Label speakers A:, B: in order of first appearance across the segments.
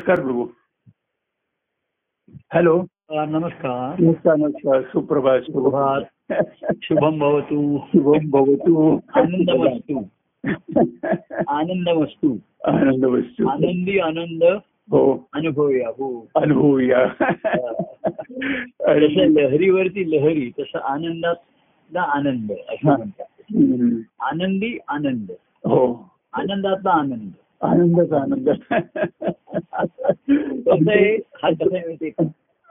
A: नमस्कार प्रभू
B: हॅलो
A: हा, नमस्कार
B: नमस्कार नमस्कार सुप्रभात
A: सुप्रभात. शुभम भवतु
B: शुभम भवतु
A: आनंद वस्तू आनंद वस्तू
B: आनंद वस्तु
A: आनंदी आनंद
B: हो
A: अनुभवूया हो
B: अनुभवूया आणि
A: जसं लहरीवरती लहरी तसं आनंदातला आनंद असं
B: हा.
A: म्हणतात
B: हम्म.
A: आनंदी आनंद
B: हो
A: आनंदातला आनंद
B: आनंदाचा आनंद
A: कसं आहे हा कसं आहे माहितीये का?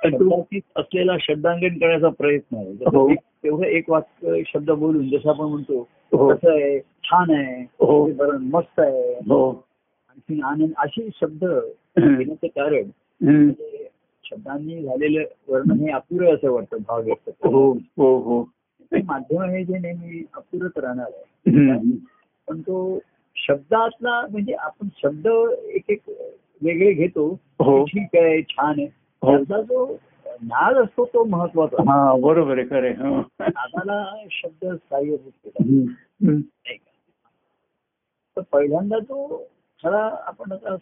A: शब्दातीत असलेला शब्दांकन करण्याचा प्रयत्न आहे
B: हो.
A: जसं एक- तेवढं एक वाक्य शब्द बोलून जसं आपण म्हणतो
B: हो
A: कसं आहे छान आहे
B: हो
A: ते बरं मस्त आहे
B: हो
A: आणखी आनंद असे शब्द
B: हम्म.
A: येण्याचं कारण
B: हम्म.
A: म्हणजे शब्दांनी झालेलं वर्णन हे अपुरं असं वाटतं भाव व्यक्त
B: हो हो हो
A: माध्यम हे जे नेहमी अपुरत राहणार आहे
B: हम्म.
A: पण तो शब्दातला म्हणजे आपण शब्द एक एक वेगळे घेतो
B: हो
A: की ठीक आहे छान आहे
B: हो
A: त्याचा जो नाद असतो तो महत्वाचा
B: हा बरोबर आहे खरे हो
A: नादाला शब्द सहाय्य होते
B: हम्म. हम्म.
A: नाही का? तर पहिल्यांदा तो खरा आपण आता
B: हा.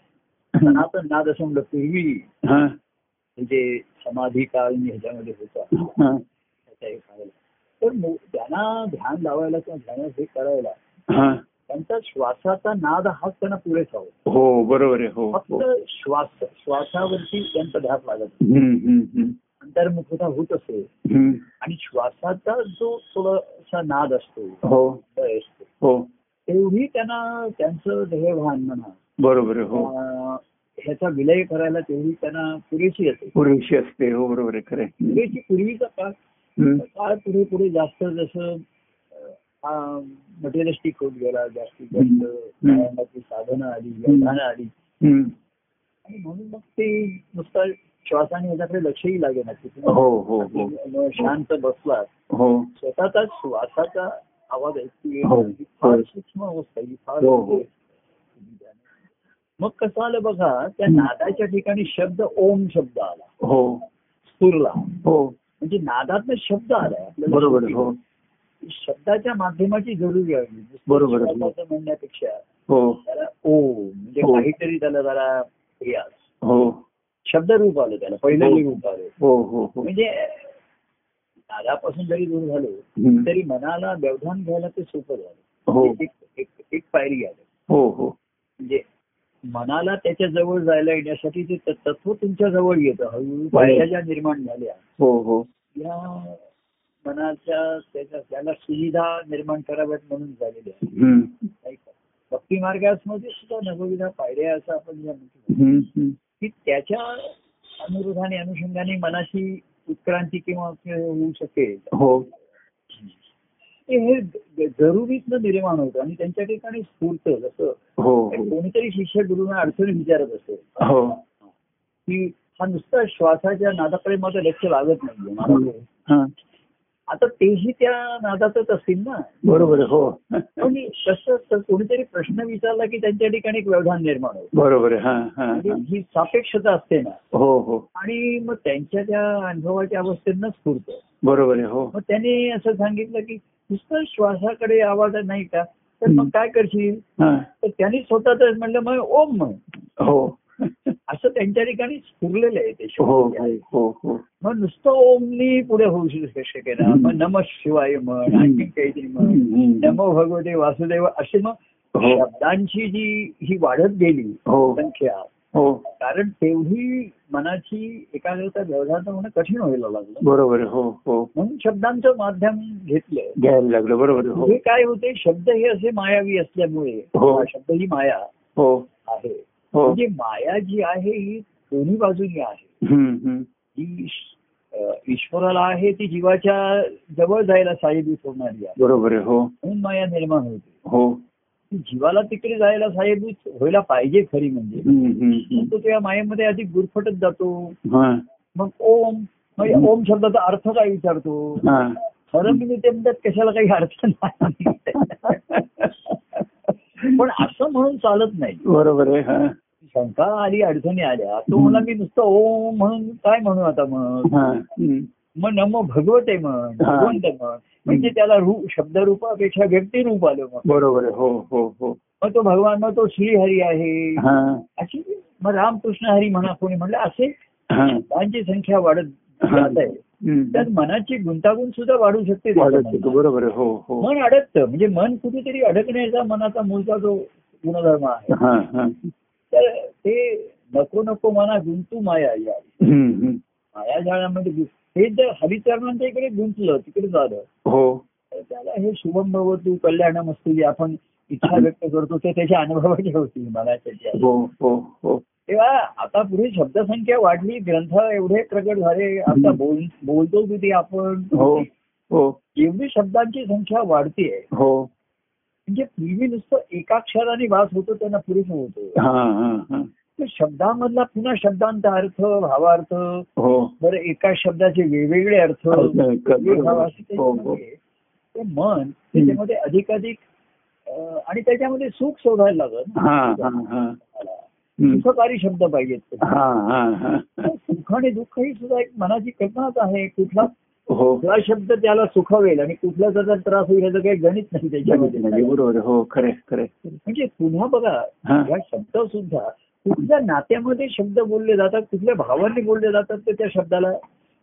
A: सनातन नाद असं म्हणलं पूर्वी म्हणजे समाधी काळ आणि ह्याच्यामध्ये होता
B: हा.
A: त्याचा एक आहे. तर मु- त्यांना ध्यान लावायला किंवा ध्यान हे करायला
B: हा.
A: त्यांचा श्वासाचा नाद हाच त्यांना पुरेसा होता
B: हो बरोबर आहे हो हो.
A: फक्त श्वास श्वासावरती त्यांचा ध्यास लागत होता.
B: हम्म, हम्म, हम्म.
A: अंतर्मुखता होत असे
B: हम्म.
A: आणि श्वासाचा जो थोडासा नाद असतो
B: हो
A: लय असतो
B: हो
A: तेवढी त्यांना त्यांचं ध्येयभान म्हणा
B: बरोबर आहे हो
A: अं, ह्याचा विलय करायला तेवढी त्यांना पुरेशी असेल
B: पुरेशी असते हो बरोबर आहे खरे
A: पुरेशी पूर्वीचा काळ काळ पुढे पुढे जास्त जसं मटेरियलिस्टिक होत गेला जास्तीत जास्त
B: हम्म.
A: व्यायामाची साधनं आली व्यवधानं आली आणि म्हणून मग ते नुसतं श्वासाने याच्याकडे लक्षही लागेना की तुम्ही
B: हो हो हो
A: न शांत बसला
B: हो
A: स्वतःचा श्वासाचा आवाज ऐकतोय
B: हो.
A: ही फार सूक्ष्म अवस्था आहे, ही फार
B: हो, हो.
A: मग कसं आलं बघा त्या
B: हम्म.
A: नादाच्या ठिकाणी शब्द ओम शब्द आला
B: हो
A: सुरला
B: हो
A: म्हणजे नादातनं शब्द आलाय आपल्याला
B: बरोबर आहे, हो
A: शब्दाच्या माध्यमाची जरुरी आहे
B: बरोबर आहे.
A: शब्दाचं म्हणण्यापेक्षा
B: हो
A: त्याला ओ म्हणजे
B: हो.
A: काहीतरी त्याला जरा हे आलं.
B: हो
A: शब्द रूप आलं त्याला पहिल्यांदा रूप आलं
B: हो हो हो
A: म्हणजे नादापासून जरी दूर झालो
B: हम्म.
A: तरी मनाला व्यवधान घ्यायला ते सोपं झालं
B: हो
A: एक एक- एक पायरी आलं
B: हो हो
A: म्हणजे मनाला त्याच्या जवळ जायला येण्यासाठी ते त- तत्व तुमच्या जवळ येतं हळूहळू पायऱ्या ज्या निर्माण झाल्या
B: हो हो
A: या मनाच्या त्याच्या त्याला सुविधा निर्माण कराव्यात म्हणून झालेल्या आहेत.
B: हम्म.
A: नाही का? भक्ती मार्गामध्ये सुद्धा नवविधा पायऱ्या असं आपण जे म्हणतो
B: हम्म, हम्म.
A: की त्याच्या अनुरोधाने अनुषंगाने मनाची उत्क्रांती किंवा असं होऊ शकेल
B: हो
A: ते हे ज- जरुरीतनं निर्माण होतं आणि त्यांच्या ठिकाणी स्फूर्त जसं
B: हो हो
A: कोणीतरी शिक्षक गुरुना अडचणी विचारत असते
B: हो
A: की हा नुसता श्वासाच्या नादाकडे माझं लक्ष लागत नाहीये मला
B: हा.
A: आता तेही त्या नादातच असतील ना
B: बरोबर आहे, हो
A: पण कसं असतं, कोणीतरी प्रश्न विचारला की त्यांच्या ठिकाणी एक व्यवधान निर्माण होतं
B: बरोबर आहे, हा हा
A: म्हणजे
B: हा.
A: ही सापेक्षता असते ना
B: हो हो
A: आणि मग त्यांच्या त्या अनुभवाच्या अवस्थेनं स्फूर्त
B: बरोबर आहे हो
A: मग त्यांनी असं सांगितलं की नुसतं श्वासाकडे आवाज नाही का तर मग काय करशील
B: हा.
A: तर त्यांनी स्वतःच म्हणलं मग ओम म्हण
B: हो
A: असं त्यांच्या ठिकाणी स्फुरलेलं आहे ते
B: हो
A: शब्द.
B: हो हो हो
A: मग नुसतं ओमनी पुढे होऊ शक- शकेल ना. मग नम शिवाय म्हण आणखी काहीतरी म्हण
B: हम्म.
A: नमो भगवते वासुदेव असे मग
B: हो.
A: शब्दांची जी ही वाढत गेली
B: हो
A: संख्या
B: हो
A: कारण तेवढी मनाची एकाग्रता व्यवधान होणं कठीण व्हायला लागलं
B: बरोबर आहे, हो हो
A: म्हणून शब्दांचं माध्यम घेतलं
B: घ्यायला लागलं बरोबर आहे,
A: हे काय होते शब्द हे असे मायावी असल्यामुळे
B: हो.
A: हा शब्द ही माया
B: हो
A: आहे
B: हो हो
A: म्हणजे माया जी आहे ही दोन्ही बाजूनी आहे
B: हम्म, हम्म.
A: ही ईश- अ, ईश्वराला आहे ती जीवाच्या जवळ जायला साहेबी होणारी आहे
B: बरोबर आहे, हो
A: म्हणून माया निर्माण होते
B: हो
A: ती जीवाला तिकडे जायला साहेबूत व्हायला पाहिजे खरी म्हणजे
B: हम्म, हम्म,
A: पण
B: हम्म.
A: तो त्या मायेमध्ये आधी गुरफटत जातो
B: हा,
A: मग ओम मग या ओम शब्दाचा अर्थ काय विचारतो
B: हा.
A: खरं म्हणजे ते म्हणतात कशाला काही अर्थ नाही पण असं म्हणून चालत नाही
B: बरोबर आहे हा.
A: शंका आली अडचणी आल्या तो मला मी नुसतं ओम म्हणून काय म्हणू आता मग
B: हा, हम्म.
A: मग नमो भगवते म्हण
B: हा.
A: भगवंत म्हण म्हणजे त्याला रूप शब्दरूपापेक्षा व्यक्तिरूप आलं मग
B: बरोबर आहे, हो हो हो
A: मग तो भगवान मग तो श्रीहरी आहे
B: हा.
A: अशी मग रामकृष्ण हरी म्हणा कोणी म्हणलं असे
B: हा.
A: शब्दांची संख्या वाढत
B: हा.
A: जात आहे तर
B: हम्म.
A: मनाची गुंतागुंत सुद्धा वाढू शकते
B: वाढत
A: त्याच्यामध्ये.
B: होतं. बरोबर आहे. हो हो
A: मन अडकतं म्हणजे मन कुठेतरी अडकण्याचा मनाचा मूलचा जो गुणधर्म आहे
B: हा हा
A: तर ते नको नको मना गुंतू माया या
B: हम्म, हम्म.
A: माया झाडामध्ये गुं- हे जर हरिचरणांच्या इकडे गुंतलं तिकडे झालं
B: हो
A: तर त्याला हे शुभम भवतू कल्याणम असतो जे आपण इच्छा व्यक्त करतो ते त्याच्या अनुभवाची होती मला त्याच्या
B: हो हो हो
A: तेव्हा आता पुढे शब्दसंख्या वाढली ग्रंथ एवढे प्रगट झाले आता बोल बोलतो किती आपण
B: हो हो
A: एवढी शब्दांची संख्या वाढतीये
B: हो
A: म्हणजे पूर्वी नुसतं एका अक्षराने वास होतो त्यांना पुरेसं होतो
B: हा हा हा
A: तर शब्दामधला पुन्हा शब्दांचा अर्थ भावार्थ
B: हो
A: बरं एका शब्दाचे वेगवेगळे अर्थ
B: अर्थ, क-
A: वेगळे भाव असे
B: हो, हो.
A: त्याच्यामध्ये ते मन त्याच्यामध्ये अधिकाधिक अं, आणि त्याच्यामध्ये सुख शोधायला लागत
B: हा हा हा हम्म.
A: सुखकारी शब्द पाहिजेत
B: हा हा हा
A: सुख आणि दुःख ही सुद्धा एक मनाची कल्पनाच आहे कुठला
B: हो
A: कुठला शब्द त्याला सुखवेल आणि कुठला त्याचा त्रास होईल याचं काही गणित नाही त्याच्यामध्ये
B: बरोबर आहे. हो खरे खरे
A: म्हणजे पुन्हा बघा
B: हा
A: या शब्द सुद्धा कुठल्या नात्यामध्ये शब्द बोलले जातात कुठल्या भावाने बोलले जातात तर त्या शब्दाला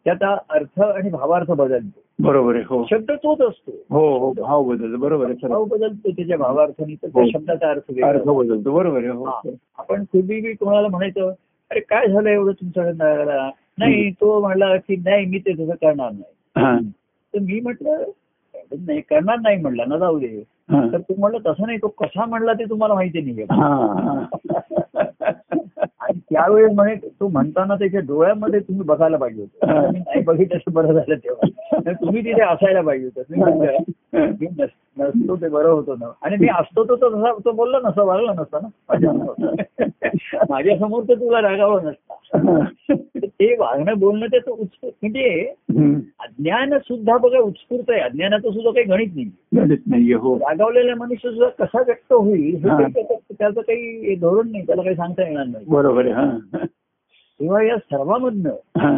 A: त्याचा अर्थ आणि भावार्थ बदलतो
B: बरोबर आहे हो
A: शब्द तोच असतो
B: हो हो भाव बदलतो बरोबर आहे खरं
A: भाव बदलतो त्याच्या भावार्थाने तर त्या
B: हो.
A: शब्दाचा अर्थ वेगळा
B: अर्थ
A: होतो.
B: बदलतो बरोबर आहे
A: हा.
B: हो
A: आपण पूर्वी बी कोणाला म्हणायचं अरे काय झालं एवढं तुमच्याकडे नाही तो म्हणला की नाही मी ते तसं करणार नाही
B: हा
A: तर मी म्हटलं नाही करणार नाही म्हटलं ना जाऊ दे
B: हा
A: तर तू म्हणलं तसं नाही तो कसा म्हणला ते तुम्हाला माहिती नाहीये
B: हा हा.
A: आणि त्यावेळेस म्हणे तो म्हणताना त्याच्या डोळ्यामध्ये तुम्ही बघायला पाहिजे
B: हा.
A: होतं मी नाही बघितलं असं बरं झालं तेव्हा तर तुम्ही तिथे असायला पाहिजे होतं तुम्ही म्हणलं, मी नस- नसतो ते बरं होतं ना आणि मी असतो तो तर तसा तो बोलला नसता वागला नसता ना माझ्यासमोर. माझ्यासमोर तर तुला रागावं नसता तर ते वागणं बोलणं ते तो उत्स्फूर्त म्हणजे
B: हम्म.
A: अज्ञान सुद्धा बघा उत्स्फूर्त आहे अज्ञानाचं सुद्धा काही गणित नाही
B: गणित नाहीये हो
A: रागावलेला मनुष्य सुद्धा कसा व्यक्त होईल हे
B: हा.
A: काही त्याचं त्याचं काही धोरण नाही त्याला काही सांगता येणार नाही
B: बरोबर आहे हा
A: तेव्हा या सर्वामधनं
B: हा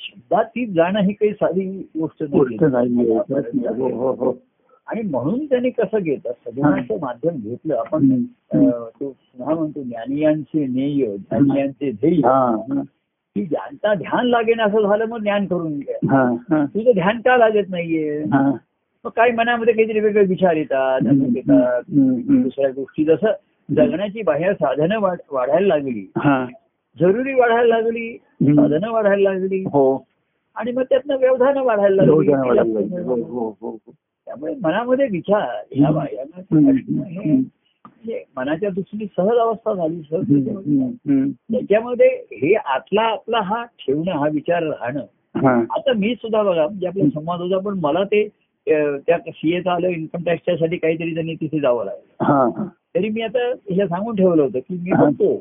A: शब्दातीत जाणं ही काही साधी गोष्ट
B: गोष्ट नाहीये हो
A: नाही
B: हो हो
A: आणि म्हणून त्यांनी कसं घेत सगळ्यांचं माध्यम घेतलं आपण
B: हम्म.
A: अं, तो पुन्हा म्हणतो ज्ञानियांचे ज्ञेय ज्ञानियांचे ध्येय
B: हा हा
A: की ज्यांचा ध्यान लागेन असं झालं मग ज्ञान करून घ्या
B: हा हा
A: तुझं ध्यान का लागत नाहीये
B: हा
A: मग काही मनामध्ये काहीतरी वेगळे विचार येतात अमुक येतात
B: हम्म.
A: दुसऱ्या गोष्टी जसं जगण्याची बाहेर साधनं वाढ- वाढायला लागली
B: हा
A: जरुरी वाढायला लागली
B: हम्म.
A: साधनं वाढायला लागली
B: हो
A: आणि मग त्यातनं व्यवधानं वाढायला
B: हो जाणं वाढायला
A: लागली
B: लागलं. हो हो हो हो.
A: त्यामुळे मनामध्ये विचार या बाह्यांना
B: हम्म.
A: हे
B: हम्म.
A: म्हणजे मनाच्या दृष्टीने सहज अवस्था झाली सहज त्याच्यामध्ये.
B: हम्म. हम्म.
A: त्याच्यामध्ये हे आतला आपला हा ठेवणं हा विचार राहणं
B: हा
A: आता मी सुद्धा बघा म्हणजे आपला संवाद होता पण मला ते अं, त्या सीएचं आलं इन्कम टॅक्सच्या साठी काहीतरी त्यांनी तिथे जावं लागलं
B: हा हा.
A: तरी मी आता हे सांगून ठेवलं होतं की मी
B: हा.
A: बघतो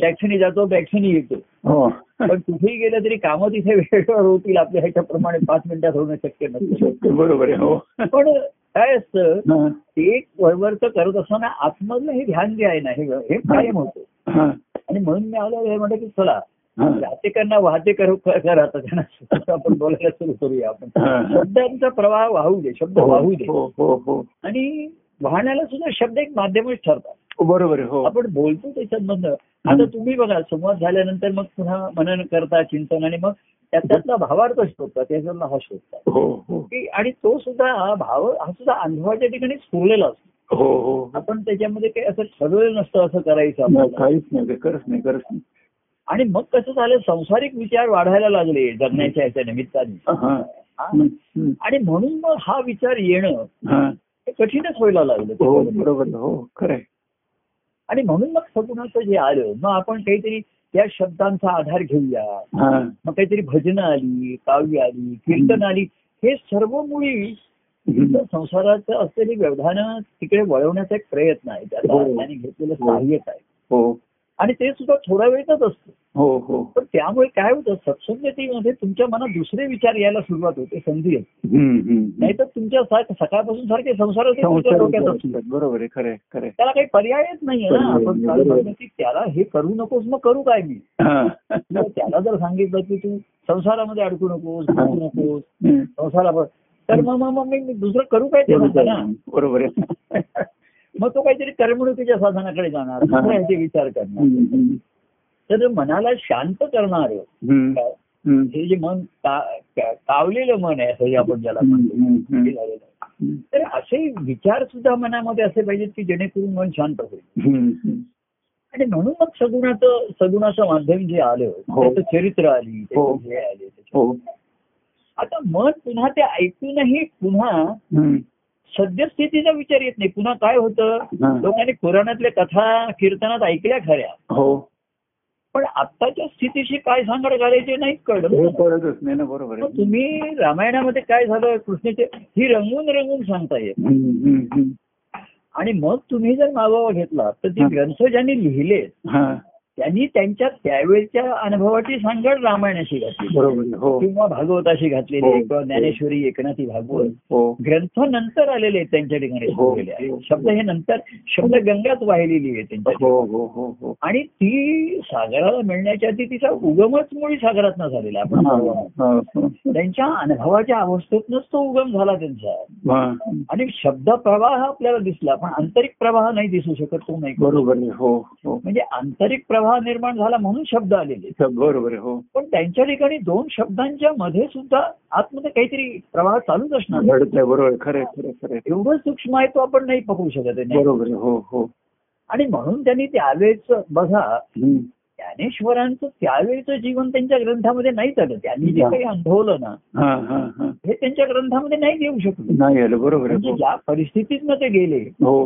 A: टॅक्सीने जातो टॅक्सीने येतो
B: हो
A: पण कुठेही गेलं तरी कामं तिथे वेळेवर होतील आपल्या ह्याच्याप्रमाणे पाच मिनिटात होणं शक्य नसतं
B: बरोबर आहे हो
A: पण काय असतं
B: हा
A: ते वळवळचं करत असताना आतमधलं हे ध्यान जे आहे ना हे हे कायम होतं
B: हा
A: आणि म्हणून मी आलो हे म्हणलं की चला
B: हा
A: राहतेकरांना वाहते करू करा आता त्यांना सुद्धा आपण बोलायला सुरू करूया
B: हा.
A: आपण शब्दांचा प्रवाह वाहू दे शब्द
B: हो
A: वाहू दे
B: हो हो हो
A: आणि वाहण्याला सुद्धा शब्द एक माध्यमच ठरतात
B: बरोबर आहे हो
A: आपण बोलतो त्याच्यामधनं आता तुम्ही बघा संवाद झाल्यानंतर मग पुन्हा मनन करता चिंतन आणि मग त्याच्यातला भावार्थ शोधता त्याच्यातला हा शोधता
B: हो हो
A: की- आणि तो सुद्धा हा भाव हा सुद्धा अनुभवाच्या ठिकाणी स्फुरलेला असतो
B: हो हो
A: आपण त्याच्यामध्ये काही असं ठरवलं नसतं असं करायचं
B: नाही,
A: आपल्याला.
B: काहीच नाही ते करत नाही करत नाही
A: आणि मग कसं झालं संसारिक विचार वाढायला लागले जगण्याच्या याच्या निमित्ताने
B: हा
A: हा?
B: हम्म, हम्म.
A: आणि म्हणून मग हा विचार येणं
B: हा
A: हे कठीणच व्हायला
B: हो
A: लागलं
B: बरोबर आहे. हो खरंय
A: आणि म्हणून मग सगुणाचं जे आलं मग आपण काहीतरी त्या शब्दांचा आधार घेऊया
B: हा
A: मग काहीतरी भजनं आली काव्य आली कीर्तन आली हे सर्व मुळी
B: हम्म.
A: संसाराचं असलेली व्यवधानं तिकडे वळवण्याचा एक प्रयत्न आहे
B: हो.
A: त्याला त्याने घेतलेलं
B: हो.
A: सहाय्यक आहे
B: हो
A: आणि ते सुद्धा थोडा वेळच असतं
B: हो हो
A: पण त्यामुळे काय होतं सत्संगतीमध्ये तुमच्या मनात दुसरे विचार यायला सुरुवात होते संधी येते.
B: हम्म, हम्म, हम्म.
A: नाहीतर तुमच्या सारखे सकाळपासून सारखे संसाराचे तुमच्या
B: संसार
A: डोक्यात असतात.
B: विचारात. बरोबर आहे खरंय खरंय
A: त्याला काही पर्यायच नाहीये ना
B: पर्याय
A: आपण
B: नाही,
A: काल
B: बरोबर.
A: म्हटलं की त्याला हे करू नकोस मग करू काय मी
B: हा.
A: मग त्याला जर सांगितलं की तू संसारामध्ये अडकू नकोस
B: हा.
A: भटकू नकोस
B: हम्म.
A: संसारावर तर मग मग- मग मी दुसरं करू काय ते म्हणतो ना
B: बरोबर आहे
A: मग तो काहीतरी करमणुकीच्या साधनाकडे जाणार
B: हा.
A: दुसऱ्या ह्याचे विचार करणार
B: हम्म, हम्म.
A: तर मनाला शांत करणार
B: हम्म, हम्म,
A: हे जे मन का- का- कावलेलं मन आहे असं हे आपण ज्याला
B: हम्म,
A: म्हणतो
B: हम्म, हम्म.
A: हे झालेलं आहे. तर असे विचार सुद्धा मनामध्ये असे पाहिजेत की जेणेकरून मन शांत होईल
B: हम्म, हम्म.
A: आणि म्हणून मग सगुणाचं सगुणाचं माध्यम जे आलं
B: हो.
A: त्याचं चरित्र आली त्याचं
B: हो.
A: हे आले त्याचं-
B: हो
A: आता मन पुन्हा ते ऐकूनही पुन्हा
B: हम्म,
A: सद्यस्थितीचा विचार येत नाही पुन्हा काय होतं
B: हा.
A: लोकांनी पुराणातल्या कथा कीर्तनात ऐकल्या खऱ्या
B: हो
A: पण आत्ताच्या स्थितीशी काय सांगड घालायचे नाही
B: हे
A: कळलं
B: कळतच नाही ना बरोबर
A: मग
B: आहे
A: तुम्ही रामायणामध्ये काय झालं कृष्णेचे ही रंगून रंगून सांगताय
B: हम्म, हम्म, हम्म.
A: आणि मग तुम्ही जर मागोवा घेतला तर ते
B: हा.
A: ग्रंथ ज्यांनी लिहिले
B: हा
A: त्यांनी त्यांच्या त्यावेळच्या अनुभवाची सांगड रामायणाशी घातली
B: बरोबर आहे. हो
A: किंवा भागवताशी घातलेली आहे
B: हो.
A: किंवा ज्ञानेश्वरी एकनाथी भागवत
B: हो
A: ग्रंथ नंतर आलेले आहेत त्यांच्या ठिकाणी
B: हो.
A: सुरलेले आहेत. शब्द हे नंतर शब्द गंगाच वाहिलेली आहे त्यांच्या ठिकाणी.
B: हो हो हो हो
A: आणि ती सागराला मिळण्याच्या आधी तिचा उगमच मुळी सागरातनं झालेला आहे. आपण
B: हा,
A: बरोबर आहोत.
B: हा, हो.
A: त्यांच्या अनुभवाच्या अवस्थेतनच तो उगम झाला त्यांचा
B: हा,
A: आणि शब्द प्रवाह आपल्याला दिसला पण आंतरिक प्रवाह नाही दिसू शकत तो नाही
B: बरोबर आहे. हो हो
A: म्हणजे आंतरिक प्रवाह निर्माण झाला म्हणून शब्द आलेले आहेत.
B: सब बरोबर आहे. हो
A: पण त्यांच्या ठिकाणी दोन शब्दांच्या मध्ये सुद्धा आतमध्ये काहीतरी प्रवाह चालूच असणार आहे.
B: घडत आहे बरोबर आहे. खरं आहे, खरं आहे, खरं आहे.
A: एवढं सूक्ष्म आहे तो आपण नाही पकडू शकत आहे. नाही.
B: बरोबर आहे. हो हो
A: आणि म्हणून त्यांनी त्यावेळेच बघा
B: हम्म.
A: ज्ञानेश्वरांचं त्यावेळीचं जीवन त्यांच्या ग्रंथामध्ये नाही आलं त्यांनी जे
B: हा.
A: काही अनुभवलं ना
B: हा हा हा
A: हे त्यांच्या ग्रंथामध्ये नाही देऊ शकलो
B: नाही आलं बरोबर आहे.
A: म्हणजे ज्या परिस्थितीतनं ते गेले
B: हो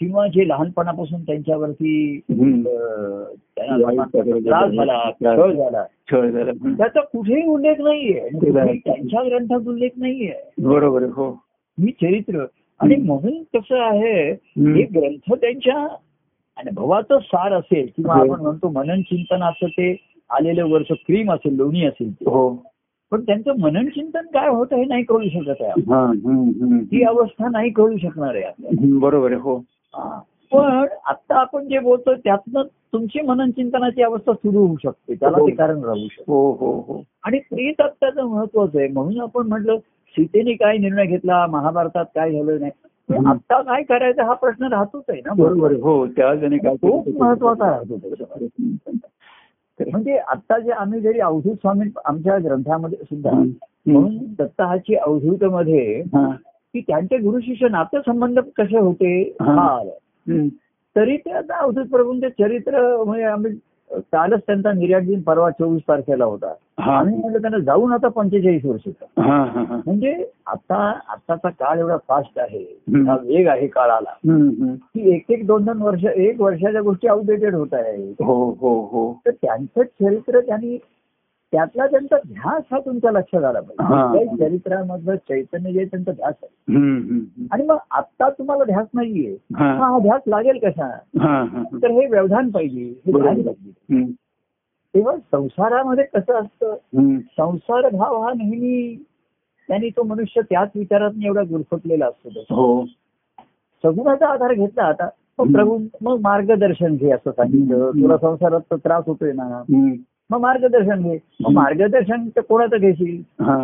A: किंवा जे लहानपणापासून त्यांच्यावरती
B: हम्म.
A: अं, त्यांना लहानपणापासून त्रास झाला छळ झाला
B: छळ झाला हम्म.
A: त्याचा कुठेही उल्लेख नाहीये आणि
B: केला आहे.
A: कुठेही त्यांच्या ग्रंथात उल्लेख नाहीये
B: बरोबर आहे. हो
A: मी चरित्र आणि म्हणून कसं आहे
B: हम्म.
A: हे ग्रंथ त्यांच्या अनुभवाचं सार असेल किंवा
B: हो.
A: आपण म्हणतो मनन चिंतनाचं ते आलेलं वर्ष क्रीम असेल लोणी असेल ते.
B: हो
A: पण त्यांचं मनन चिंतन काय होतं हे नाही कळू शकत आहे आपण.
B: हा हम्म, हम्म.
A: ती अवस्था नाही कळू शकणार आहे आपल्याला
B: हम्म, बरोबर आहे. हो
A: हा. पण आता आपण जे बोलतो त्यातनं तुमची मनन चिंतनाची अवस्था सुरू होऊ शकते त्याला
B: हो.
A: ते कारण राहू शकते
B: हो हो हो
A: आणि तेच आत्ताचं महत्वाचं आहे म्हणून आपण म्हटलं सीतेने काय निर्णय घेतला महाभारतात काय झालं नाही पण
B: हम्म.
A: आता काय करायचा हा प्रश्न राहतोच आहे ना
B: बरोबर आहे. हो त्या जणी काय
A: खूप
B: केलं?
A: महत्वाचा राहतो त्याच्यामध्ये. म्हणजे आता जे आम्ही जरी अवधूत स्वामी आमच्या ग्रंथामध्ये सुद्धा
B: हम्म.
A: म्हणून दत्ताहाची अवधूत मध्ये
B: हा.
A: की त्यांचे गुरु शिष्य नातेसंबंध कसे होते
B: हा.
A: हा आलाय.
B: हम्म.
A: तरी ते आता अवधूत प्रभूंचे चरित्र म्हणजे आम्ही कालच त्यांचा निर्यात दिन परवा चोवीस तारखेला होता
B: हा
A: आम्ही म्हटलं त्यांना जाऊन आता पंचेचाळीस वर्ष झाली.
B: हा हा हा
A: म्हणजे आता आताचा काळ एवढा फास्ट आहे
B: हम्म.
A: हा वेग आहे काळाला
B: हम्म, हम्म.
A: की एक एक दोन दोन वर्ष एक वर्षाच्या गोष्टी आउटडेटेड होत आहे
B: हो हो हो
A: तर त्यांचं चरित्र त्यांनी त्यातला त्यांचा ध्यास हा तुमच्या लक्षात आला
B: हा.
A: पाहिजे त्या चरित्रामधलं चैतन्य जे त्यांचा ध्यास आहे
B: हम्म, हम्म.
A: आणि मग आता तुम्हाला ध्यास नाहीये
B: हा
A: हा हा ध्यास लागेल कसा
B: हा हा
A: तर हे व्यवधान पाहिजे हे
B: बरोबर.
A: ध्यान पाहिजे
B: हम्म,
A: तेव्हा संसारामध्ये कसं असतं
B: हम्म.
A: संसार भाव हा नेहमी त्यांनी तो मनुष्य त्याच विचारात एवढा गुरफटलेला असतो तो.
B: हो
A: सगुणाचा आधार घेतला आता मग
B: हम्म.
A: प्रभू मग मार्गदर्शन घे असं सांगितलं
B: हम्म.
A: तुला संसारात तर त्रास होतोय ना
B: हम्म.
A: मग मार्गदर्शन घे मग
B: हम्म.
A: मार्गदर्शन तर कोणाचं घेशील
B: हा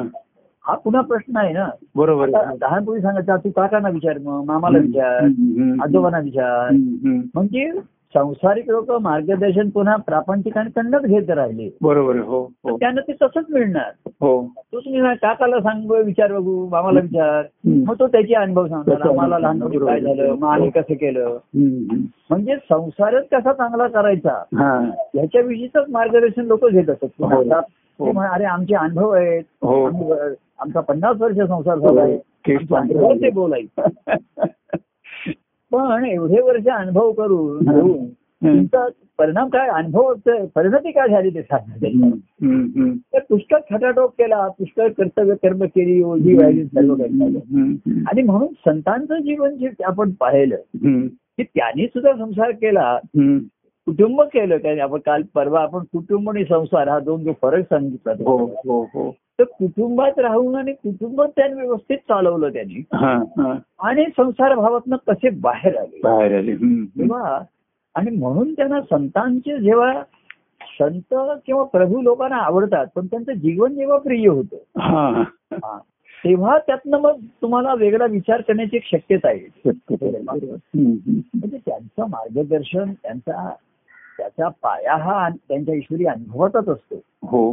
A: हा पुन्हा प्रश्न आहे ना
B: बरोबर आहे.
A: आता लहानपूर्वी सांगायचं तू काकांना विचार मग मामाला विचार
B: हम्म, हम्म.
A: आजोबांना विचार
B: हम्म, हम्म.
A: म्हणजे संसारिक लोक मार्गदर्शन पुन्हा प्रापंचिक आणि कंडच घेत राहिले
B: बरोबर आहे. हो
A: तर
B: हो
A: त्यांना ते तसंच मिळणार
B: हो
A: तो तुम्ही ना काकाला सांग विचार बघू मामाला विचार
B: हम्म.
A: मग तो त्याचे अनुभव सांगणार
B: त्याचा
A: आम्हाला
B: अनुभव.
A: लहानपणी काय झालं मग आम्ही कसं केलं
B: हम्म, हम्म.
A: म्हणजे संसारच कसा चांगला करायचा
B: हा
A: याच्याविषयीच मार्गदर्शन लोक घेत असतात पण
B: हो.
A: आता ते
B: हो.
A: म्हण- अरे आमचे अनुभव आहेत
B: हो.
A: आम्ही, अ, आमचा पन्नास वर्ष संसार झाला आहे
B: केस
A: आमच्या अनुभवावर ते बोलायचं पण एवढे वर्ष अनुभव करून
B: हा.
A: घेऊन
B: हम्म.
A: तुमचा परिणाम काय अनुभव परिणती काय झाली ते सांगतात
B: हम्म, हम्म, हम्म.
A: तर पुष्कळ खटाटोप केला पुष्कळ कर्तव्य कर्म केली ओझी वाहिली सर्व काही झालं.
B: हम्म, हम्म.
A: आणि म्हणून संतांचं जीवन जे आपण पाहिलं
B: हम्म,
A: की त्यांनी सुद्धा संसार केला
B: हम्म.
A: कुटुंब केलं काय आपण काल परवा आपण कुटुंब आणि संसार हा दोन जो फरक सांगितला
B: हो
A: तो.
B: हो हो
A: तर कुटुंबात राहून आणि कुटुंबच त्यांनी व्यवस्थित चालवलं त्यांनी
B: हा हा
A: आणि संसार भावातनं कसे बाहेर आले
B: बाहेर आले हम्म, हम्म.
A: तेव्हा आणि म्हणून त्यांना संतांचे जेव्हा संत किंवा प्रभू लोकांना आवडतात पण त्यांचं जीवन जेव्हा प्रिय होतं
B: हा
A: हा. तेव्हा त्यातनं मग तुम्हाला वेगळा विचार करण्याची एक शक्यता आहे
B: हम्म, हम्म.
A: म्हणजे त्यांचं मार्गदर्शन त्यांचा त्याचा पाया हा त्यांच्या ईश्वरी अनुभवातच असतो
B: हो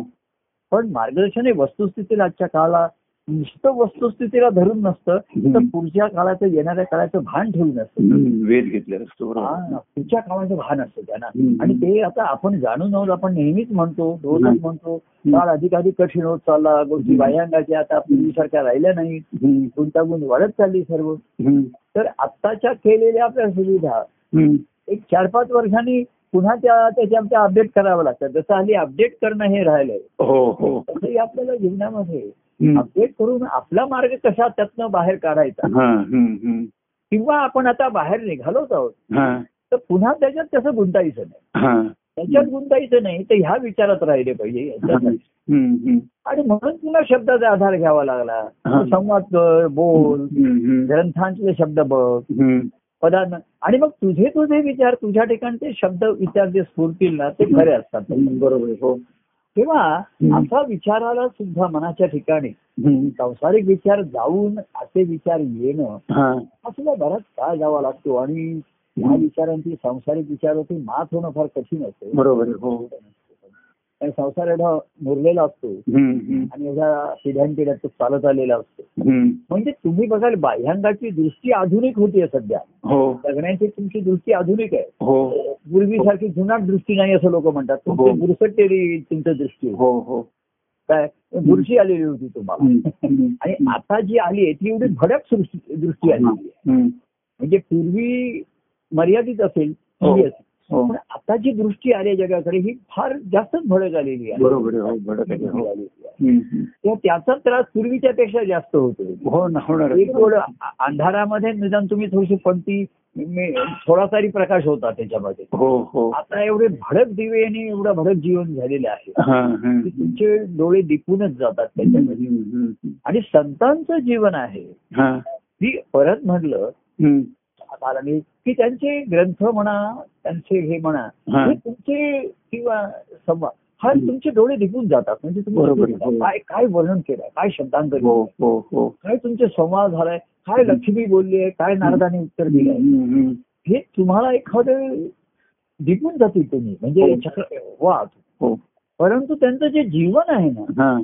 A: पण मार्गदर्शन हे वस्तुस्थितीला आजच्या काळाला नुसतं वस्तुस्थितीला धरून नसतं तर
B: हम्म.
A: पुढच्या काळाचं येणाऱ्या काळाचं भान ठेवून असतं
B: हम्म, वेध घेतलेला असतो बरोबर
A: हा, पुढच्या काळाचं भान असतं त्यांना
B: हम्म.
A: आणि ते आता आपण जाणून आहोत आपण नेहमीच म्हणतो रोजच
B: हम्म.
A: म्हणतो काळ अधिकाधिक कठीण होत चालला गोष्टी
B: हम्म.
A: बाह्यांगाच्या आता पूर्वीसारख्या राहिल्या नाहीत
B: हम्म,
A: गुंतागुंत वाढत चालली सर्व
B: हम्म,
A: तर आत्ताच्या केलेल्या आपल्या सुविधा
B: हम्म.
A: एक चार पाच वर्षांनी पुन्हा त्या त्याच्या आमच्या अपडेट करावं लागतं जसं हल्ली अपडेट करणं हे राहिलंय
B: हो हो
A: तसंही आपल्याला जीवनामध्ये
B: हम्म.
A: अपडेट करून आपला मार्ग कसा त्यातनं बाहेर काढायचा
B: हा, हम्म, हम्म.
A: किंवा आपण आता बाहेर निघालोच आहोत
B: हा,
A: तर पुन्हा त्याच्यात तसं गुंतायचं नाही
B: हा.
A: त्याच्यात गुंतायचं नाही तर ह्या विचारात राहिले पाहिजे याच्यासाठी.
B: हम्म, हम्म.
A: आणि म्हणून तुला शब्दाचा आधार घ्यावा लागला तू संवाद कर बोल
B: हम्म, हम्म.
A: ग्रंथांचे शब्द बघ
B: हम्म.
A: पदान आणि मग तुझे तुझे विचार तुझ्या ठिकाणचे शब्द विचार जे स्फुरतील ना ते खरे असतात
B: हम्म, बरोबर आहे. हो
A: तेव्हा
B: हम्म.
A: असा विचाराला सुद्धा मनाच्या ठिकाणी
B: हम्म.
A: संसारिक विचार जाऊन असे विचार येणं
B: हा.
A: हा सुद्धा बराच काळ जावा लागतो आणि या विचारांची संसारिक विचारावरती मात होणं फार कठीण असते
B: बरोबर आहे. हो
A: आणि संसार एवढा मुरलेला असतो
B: हम्म, हम्म.
A: आणि एवढा पिढ्यान पिढ्यात तो चालत आलेला असतो
B: हम्म.
A: म्हणजे तुम्ही बघाल बाह्यांगाची दृष्टी आधुनिक होतीये सध्या
B: हो
A: जगण्याची तुमची दृष्टी आधुनिक आहे
B: हो
A: पूर्वीसारखी जुनाट दृष्टी नाही असं लोक म्हणतात तुमची
B: हो.
A: बुरसटलेली तुमची दृष्टी होती.
B: हो हो
A: काय बुरशी आलेली होती तुम्हाला
B: हम्म, हम्म.
A: आणि आता जी आली आहे ती एवढी भडक सृष्टी दृष्टी आली आहे
B: हम्म.
A: म्हणजे पूर्वी मर्यादित असेल
B: हो.
A: पूर्वी असेल.
B: हो
A: पण आता जी दृष्टी आली आहे जगाकडे ही फार जास्तच भडक आलेली आहे
B: बरोबर आहे. हो भडक आहे. हो
A: आलेली आहे.
B: हम्म, हम्म.
A: तेव्हा त्याचा त्रास पूर्वीच्या पेक्षा जास्त होतो
B: हो ना होणार आहे.
A: एक गोड अ- अंधारामध्ये निदान तुम्ही थोडीशी पंक्ती मे- थोडासारी प्रकाश होता त्याच्यामध्ये
B: हो हो
A: आता एवढे भडक दिवे आणि एवढं भडक जीवन झालेलं आहे
B: हा, हम्म.
A: की तुमचे डोळे दिपूनच जातात त्याच्यामध्ये
B: हम्म, हम्म, हम्म.
A: आणि संतांचं जीवन आहे
B: हा.
A: ती परत म्हटलं
B: हम्म.
A: कारण हे की त्यांचे ग्रंथ म्हणा त्यांचे हे म्हणा
B: हा.
A: हे तुमचे किंवा संवाद हा
B: हम्म.
A: तुमचे डोळे दिपून जातात म्हणजे
B: बरोबर,
A: तुम्ही
B: हो.
A: काय काय वर्णन केलं काय शब्दांकडे
B: हो हो हो
A: काय तुमचे संवाद झालाय काय
B: हम्म.
A: लक्ष्मी बोलली आहे काय नारदाने उत्तर
B: हम्म,
A: दिलंय
B: हम्म, हम्म.
A: हे तुम्हाला एखादं जिंकून जातील तुम्ही म्हणजे
B: हो.
A: चक्र वाद
B: हो
A: परंतु त्यांचं जे जीवन आहे ना
B: हा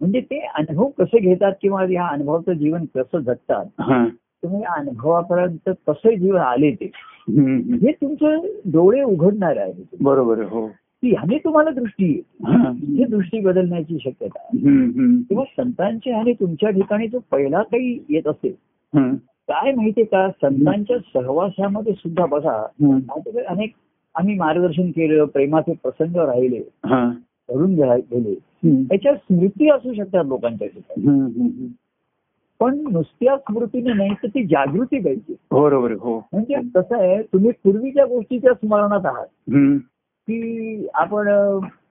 A: म्हणजे ते अनुभव कसे घेतात किंवा या अनुभवाचं जीवन कसं जगतात
B: हा
A: तुम्ही या अनुभवापर्यंत कसं जीवन आले ते
B: हम्म, हम्म.
A: हे तुमचे डोळे उघडणार आहे
B: बरोबर आहे. हो
A: की ह्याने तुम्हाला दृष्टी येईल
B: हा.
A: ही दृष्टी बदलण्याची शक्यता आहे
B: हम्म, हम्म.
A: किंवा संतांचे आणि तुमच्या ठिकाणी जो पहिला काही येत असेल
B: हम्म,
A: काय माहितीये का संतांच्या सहवासामध्ये सुद्धा बघा
B: हम्म.
A: आजकाल अनेक आम्ही मार्गदर्शन केलं प्रेमाचे प्रसंग राहिले
B: हा.
A: घडून घरा- गेले
B: हम्म,
A: याच्या स्मृती असू शकतात लोकांच्या ठिकाणी
B: हम्म, हम्म.
A: पण नुसत्या स्मृतीने नाही तर ती जागृती पाहिजे
B: बरोबर आहे. हो
A: म्हणजे कसं आहे तुम्ही पूर्वीच्या गोष्टीच्या स्मरणात आहात
B: हम्म.
A: की आपण अ,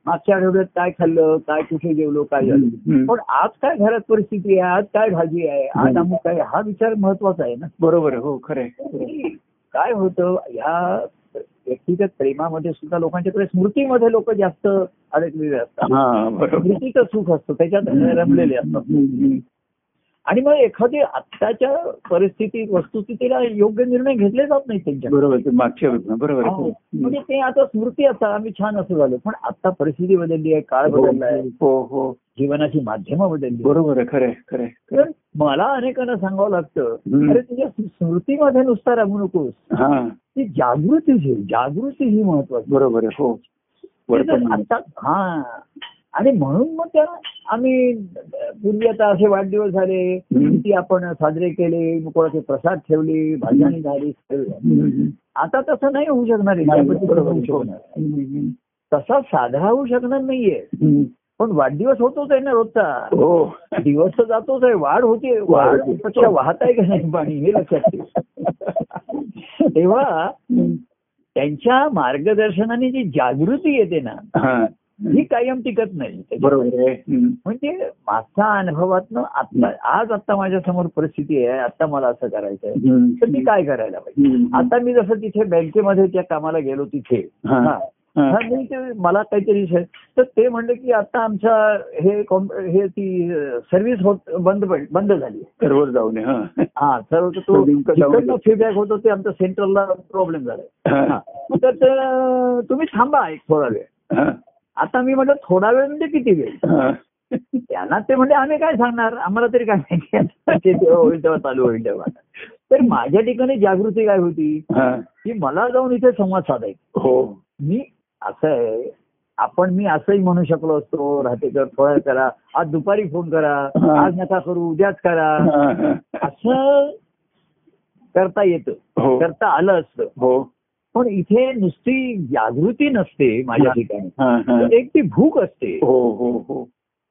A: मागच्या आठवड्यात काय खाल्लं काय कुठे जेवलो काय झालं
B: हम्म.
A: पण आज काय घरात परिस्थिती आहे आज काय भाजी आहे आज अमुक काय हा विचार महत्वाचा आहे ना
B: बरोबर आहे. हो खरं आहे.
A: की काय होतं ह्या व्यक्तिगत प्रेमामध्ये सुद्धा लोकांच्याकडे स्मृतीमध्ये लोक जास्त अडकलेले असतात
B: हा बरोबर
A: स्मृतीचं सुख असतं त्याच्यात रमलेले असतात
B: हम्म, हम्म.
A: आणि मग एखादी आत्ताच्या परिस्थितीत वस्तुस्थितीला योग्य निर्णय घेतले जात नाही त्यांच्या
B: बरोबर ते मागच्या वेळेस ना बरोबर आहे. हो.
A: म्हणजे ते आता स्मृती असतात आम्ही छान असं झालो पण आता परिस्थिती बदलली आहे काळ बदलला आहे
B: हो हो
A: जीवनाची माध्यमं बदलली आहेत.
B: बरोबर आहे खरं आहे, खरं आहे, खरं
A: तर मला अनेकांना सांगावं लागतं
B: हम्म.
A: अरे तुझ्या स्मृतीमध्ये नुसता रमू नकोस
B: आहे. हा
A: ती जागृती ही जागृती ही महत्वाची
B: बरोबर आहे हो
A: त्याच्यात
B: वर्तमान
A: आता हा आणि म्हणून मग त्या आम्ही पूर्वी आता असे वाढदिवस झाले
B: हम्म.
A: किती आपण साजरे केले कोणाचे प्रसाद ठेवले भाजणी झाली सगळं झालं.
B: हम्म.
A: आता तसं नाही होऊ शकणार आहे. त्याबद्दल
B: बरोबर
A: होऊ
B: आहे. हो.
A: शकणार.
B: हम्म.
A: तसा साधा होऊ शकणार नाहीये
B: हम्म.
A: पण वाढदिवस होतोच आहे ना रोजचा
B: हो
A: दिवस तर जातोच आहे वाढ होते
B: वाढ
A: वाढ
B: होते.
A: पेक्षा वाहत आहे का नाही पाणी हे लक्षात
B: हो.
A: ठेव तेव्हा
B: हम्म.
A: त्यांच्या मार्गदर्शनाने जी जागृती येते ना
B: हा
A: ही कायम टिकत नाही
B: बरोबर आहे हम्म.
A: म्हणजे माझ्या अनुभवातनं आता आज आता माझ्या समोर परिस्थिती आहे आता मला असं करायचं आहे
B: हम्म.
A: तर मी काय करायला पाहिजे
B: हम्म.
A: आता मी जसं तिथे बँकेमध्ये त्या कामाला गेलो तिथे
B: हा.
A: हा.
B: हा.
A: हा, मी ते मला काहीतरी शे- तर ते म्हणले की आता आमच्या हे कॉम- हे ती सर्व्हिस होत बंद पड- बंद झाली
B: सर्वच जाऊ नये हा
A: हा सर्व
B: तो
A: तो
B: नेमकं जाऊन-
A: फीडबॅक होतो ते आमच्या सेंट्रलला प्रॉब्लेम झालाय
B: हा.
A: तर ते- तुम्ही थांबा एक थोडा वेळ
B: हा.
A: आता मी म्हटलं थोडा वेळ म्हणजे किती वेळ
B: हा.
A: त्यांना ते म्हणजे आम्ही काय सांगणार आम्हाला तरी काय माहिती आता ते जेव्हा होईल तेव्हा चालू होईल तेव्हा तर माझ्या ठिकाणी जागृती काय होती
B: हा.
A: की मला जाऊन इथे संवाद साधायचा
B: हो
A: मी असं आहे आपण मी असंही म्हणू शकलो असतो राहतेकर थोडा वेळ करा आज दुपारी फोन करा
B: हा.
A: आज नका करू उद्याच करा
B: हा, हा.
A: असं करता येतं
B: हो
A: करता आलं असतं
B: हो
A: पण इथे नुसती जागृती नसते माझ्या ठिकाणी
B: हा, हा.
A: तर एक ती भूक असते
B: हो हो हो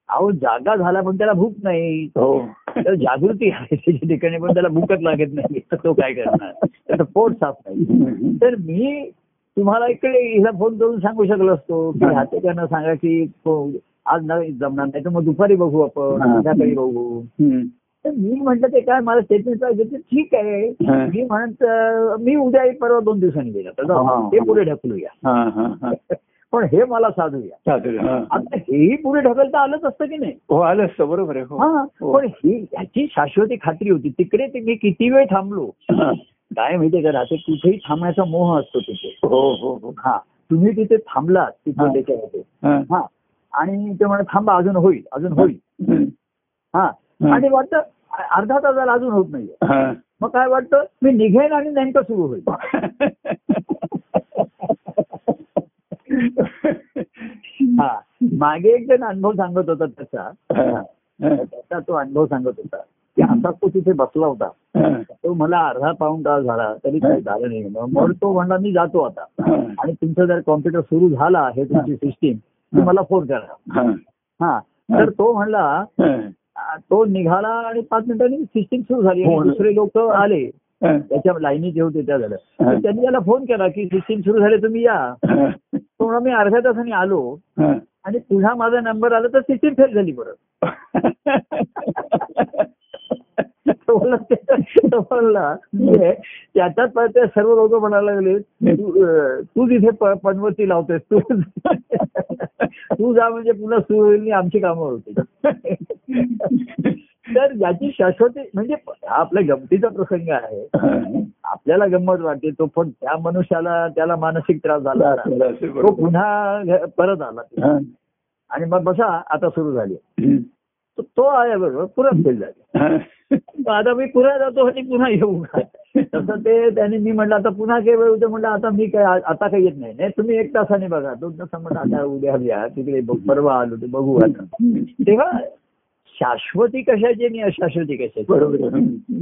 A: अहो जागा झाला पण त्याला भूक नाही
B: हो
A: तर जागृती आहे त्याच्या ठिकाणी पण त्याला भूकच लागत नाही तर तो काय करणार त्याचा पोट साफ नाही तर मी तुम्हाला इकडे हिला फोन करून सांगू शकलो असतो की
B: हा.
A: हातेकरांना सांगा की हो, आज नाही जमणार नाही तर मग दुपारी बघू आपण
B: हा.
A: संध्याकाळी बघू
B: हम्म.
A: तर मी म्हटलं ते काय मला स्टेटमेंट पाहिजे ते ठीक आहे
B: हा.
A: मी म्हणत मी उद्या येईन, परवा दोन दिवसांनी गेला तर जाऊ,
B: हा.
A: ते पुढे ढकलूया
B: हा, हा, हा.
A: पण हे मला साधूया
B: चालेल हा.
A: आता हेही पुढे ढकलता आलंच असतं की नाही
B: हो आलं असतं बरोबर आहे हो
A: हा
B: हो.
A: पण ही याची शाश्वती खात्री होती तिकडे ते मी किती वेळ थांबलो
B: हा.
A: काय माहितीये का रात्री कुठेही थांबण्याचा मोह असतो तिथे
B: हो हो हो
A: हा तुम्ही तिथे थांबलात
B: हा.
A: तिथे त्याच्यामध्ये
B: हा.
A: हा आणि ते म्हणा थांबा अजून होईल अजून होईल
B: हम्म.
A: हा
B: हा.
A: आणि वाटतं अ- अर्धा तासाला अजून होत नाहीये
B: हा.
A: मग काय वाटतं मी निघेन आणि नेमकं सुरू होईल हा मागे एक जण अनुभव सांगत होता त्याचा
B: हा. हा.
A: त्याचा तो अनुभव सांगत होता की असा तो तिथे बसला होता
B: हा.
A: तो मला अर्धा पाऊण तास झाला तरी काही झालं नाही मग म्हणून तो म्हणला मी जातो आता आणि तुमचा जर कॉम्प्युटर सुरू झाला हे तुमची सिस्टीम तर मला फोन करा
B: हा.
A: हा तर तो म्हणला आ, तो निघाला आणि पाच मिनिटांनी सिस्टीम सुरू झाली आणि
B: फोन.
A: दुसरे लोक आले
B: हा.
A: त्याच्या लाईनी जे होते त्या झाल्या तर त्यांनी त्याला फोन केला की सिस्टीम सुरू झाली तुम्ही या
B: हा.
A: तो म्हणा मी अर्ध्या तासाने आलो
B: हा.
A: आणि तुझा माझा नंबर आला तर सिस्टीम फेल झाली परत तो म्हणला ते- तो म्हणला म्हणजे त्याच्यात पण ते सर्व लोक म्हणायला लागले तू अं, तू तिथे प- पनवती लावतेस तू तू जा म्हणजे पुन्हा सुरू होईल आणि आमची कामं होती तर याची शाश्वती म्हणजे हा आपल्या गमतीचा प्रसंग आहे आपल्याला गंमत वाटते तो पण त्या मनुष्याला त्याला मानसिक त्रास झाला
B: असेल
A: तो
B: बरोबर.
A: पुन्हा घ- परत आला तिथे.
B: हा.
A: आणि मग बसा आता सुरू झाली
B: हम्म.
A: तो- तो आल्याबरोबर पुरा फेल झाला
B: हा.
A: मग आता मी पुन्हा जातो आणि पुन्हा येऊ का? तसं ते त्याने मी म्हटलं आता पुन्हा काही वेळ उद्या म्हटलं आता मी काय आ- आता काही येत नाही नाही तुम्ही एक तासाने बघा दोन तासा म्हटलं आता उद्या या तिकडे बघ, परवा आलो ते बघू आता तेव्हा शाश्वती कशाची आणि अशाश्वती कशाची
B: बरोबर आहे. हम्म.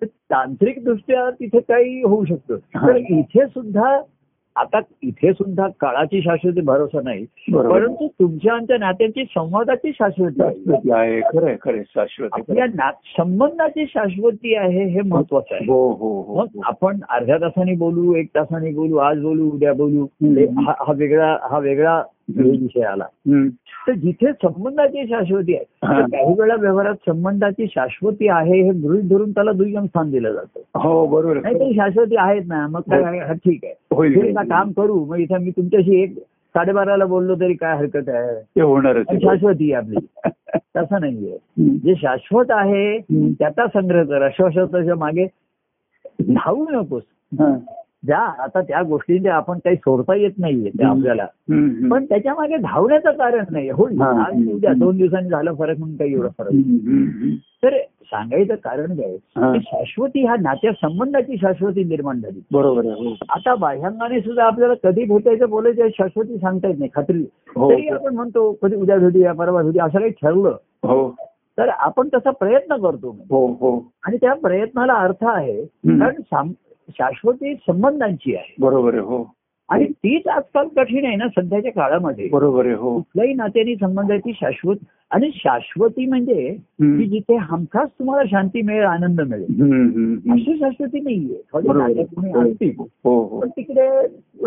A: तर तांत्रिक दृष्ट्या तिथे काही होऊ शकतं
B: हा.
A: तर इथे सुद्धा आता इथे सुद्धा काळाची शाश्वती भरोसा नाही
B: बरोबर आहे.
A: परंतु तुमच्या आमच्या नात्यांची संवादाची शाश्वती आहे
B: शाश्वती आहे खरं आहे खरं आहे. शाश्वत आहे.
A: आपल्या नात संबंधाची शाश्वती आहे हे महत्वाचं आहे
B: हो हो हो
A: मग आपण अर्ध्या तासाने बोलू एक तासाने बोलू आज बोलू उद्या बोलू
B: हम्म.
A: ते हा हा वेगळा हा वेगळा विषय आला
B: हम्म.
A: तर जिथे संबंधाची शाश्वती आहे
B: हा.
A: तर काही वेळा व्यवहारात संबंधाची शाश्वती आहे हे गृहित धरून त्याला दुय्यम स्थान दिलं जातं
B: हो बरोबर हो. आहे.
A: नाही तरी शाश्वती आहेत ना मग काय आहे? हा, ठीक आहे
B: होईल
A: हे आता काम करू मग इथे मी तुमच्याशी एक साडेबाराला बोललो तरी काय हरकत आहे
B: ते होणारच
A: पण
B: आहे.
A: शाश्वती आहे आपली तसं नाहीये
B: हम्म.
A: जे शाश्वत आहे
B: हम्म.
A: त्याचा संग्रह कर अश्वाश्वताच्या मागे धावू नकोस
B: हा.
A: ज्या आता त्या गोष्टींचे आपण काही सोडता येत नाहीये त्या आपल्याला
B: हम्म, हम्म.
A: पण त्याच्या मागे धावण्याचं कारण नाही होईल
B: हा.
A: आज उद्या दोन दिवसांनी झालं फरक म्हणून काही एवढा फरक नाही.
B: हम्म, हम्म, हम्म.
A: तर सांगायचं कारण काय
B: हा.
A: की शाश्वती ह्या नात्या संबंधाची शाश्वती निर्माण झाली
B: बरोबर आहे हो.
A: आता बाह्यांगाने सुद्धा आपल्याला कधी भेटायचं बोलायचं आहे, शाश्वती सांगता येत नाही खात्री
B: हो.
A: तरी आपण म्हणतो कधी उद्या भेटूया परवा भेटूया असं काही ठरलं
B: हो
A: तर आपण तसा प्रयत्न करतो
B: हो हो
A: आणि त्या प्रयत्नाला अर्थ आहे
B: हम्म.
A: कारण साम- शाश्वती संबंधांची आहे
B: बरोबर आहे हो
A: आणि तीच आजकाल कठीण आहे ना सध्याच्या काळामध्ये
B: बरोबर आहे हो
A: कुठल्याही नात्याने संबंधाची शाश्वत आणि शाश्वती म्हणजे
B: हम्म.
A: की जिथे हमखास तुम्हाला शांती मिळेल आनंद मिळेल
B: हम्म, हम्म, हम्म.
A: अशी शाश्वती नाहीये थोडी
B: बरोबर
A: नात्यात
B: आहे.
A: कोणी आणतील.
B: हो हो
A: पण तिकडे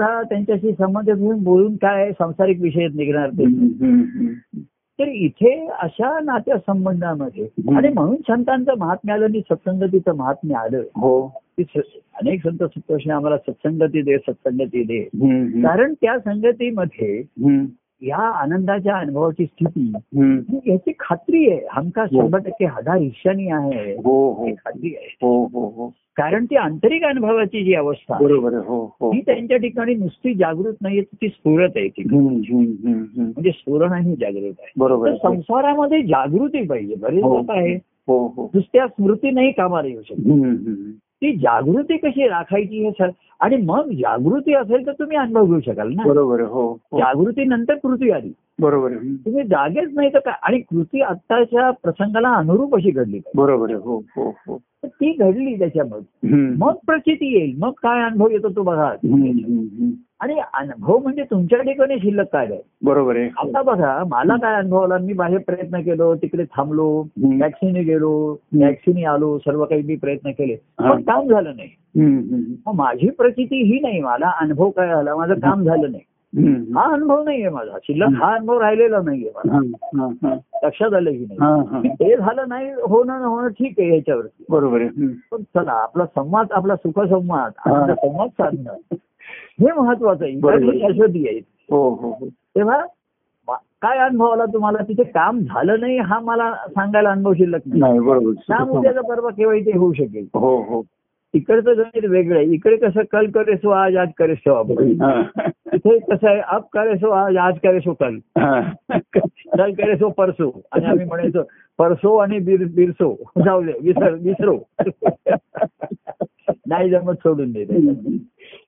A: हा त्यांच्याशी संबंधित होऊन बोलून काय सांसारिक विषय निघणार ते
B: हम्म, हम्म, हम्म.
A: तर इथे अशा नात्या संबंधामध्ये आणि म्हणून संतांचं महात्म्य आलं आणि सत्संगतीचं महात्म्य आलं
B: हो
A: ती स- अनेक संत सत्पुरुषांनी आम्हाला सत्संगती दे सत्संगती दे
B: हम्म,
A: कारण त्या संगतीमध्ये
B: हम्म,
A: या आनंदाच्या अनुभवाची स्थिती
B: हम्म.
A: याची खात्री आहे हमका
B: हो.
A: शंभर टक्के हजार ईशानी आहे
B: हो हो
A: ही खात्री आहे
B: हो हो हो
A: कारण ती आंतरिक अनुभवाची जी अवस्था आहे,
B: बरोबर आहे. हो हो
A: ती त्यांच्या ठिकाणी नुसती जागृत नाहीये ती स्फुरत आहे ती
B: हम्म, हम्म, हम्म, हम्म.
A: म्हणजे स्फुरण आणि जागृत आहे
B: बरोबर
A: तर
B: आहे.
A: संसारामध्ये जागृती पाहिजे बरेच
B: हो.
A: लोक आहे
B: हो हो
A: नुसत्या स्मृती नाही कामाला येऊ शकत
B: हम्म, हम्म.
A: ती जागृती कशी राखायची हे सर आणि मग जागृती असेल तर तुम्ही अनुभव घेऊ शकाल ना
B: बरोबर आहे. हो हो
A: जागृती नंतर कृती आली
B: बरोबर आहे. हम्म.
A: तुम्ही जागेच नाही तर काय आणि कृती आत्ताच्या प्रसंगाला अनुरूप अशी घडली पाहिजे
B: बरोबर आहे. हो हो हो
A: तर ती घडली त्याच्यामध्ये
B: हम्म.
A: मग प्रचिती येईल मग काय अनुभव येतो तो बघा
B: हम्म, हम्म, हम्म.
A: आणि अनुभव म्हणजे तुमच्या ठिकाणी शिल्लक काय आहे
B: बरोबर आहे
A: आता बघा मला काय अनुभव आला मी बाहेर प्रयत्न केलो तिकडे थांबलो
B: हम्म.
A: टॅक्सीने गेलो टॅक्सीने आलो सर्व काही मी प्रयत्न केले पण काम झालं नाही
B: हम्म, हम्म.
A: मग माझी प्रचिती ही नाही मला अनुभव काय झाला माझं काम झालं नाही
B: हम्म.
A: हा अनुभव नाहीये माझा शिल्लक हा अनुभव राहिलेला नाहीये मला
B: हा, हा, हा.
A: लक्षात आलं की नाही
B: हा, हा.
A: की ते झालं नाही होणं न होणं ठीक आहे याच्यावरती
B: बरोबर आहे हम्म.
A: पण चला आपला संवाद आपला सुखसंवाद
B: हा.
A: आपला संवाद साधणं हे महत्वाचं आहे
B: बरोबर.
A: इतरांची शाश्वती आहे
B: हो हो हो
A: तेव्हा मा- काय अनुभव आला तुम्हाला तिथे काम झालं नाही हा मला सांगायला अनुभव शिल्लक नाही
B: नाही बरोबर
A: काम उद्याचा परवा केव्हा इथे होऊ शकेल
B: हो हो
A: इकडचं गणित वेगळं आहे इकडे कसं कल करे सो आज आज करे सो आप
B: हा.
A: इथे कसं आहे आप करे सो आज आज करे सो कल
B: हा.
A: कल करे सो परसो आणि आम्ही म्हणायचो परसो आणि बिर बिरसो जाऊ दे विसर विसरो नाही जमत सोडून दे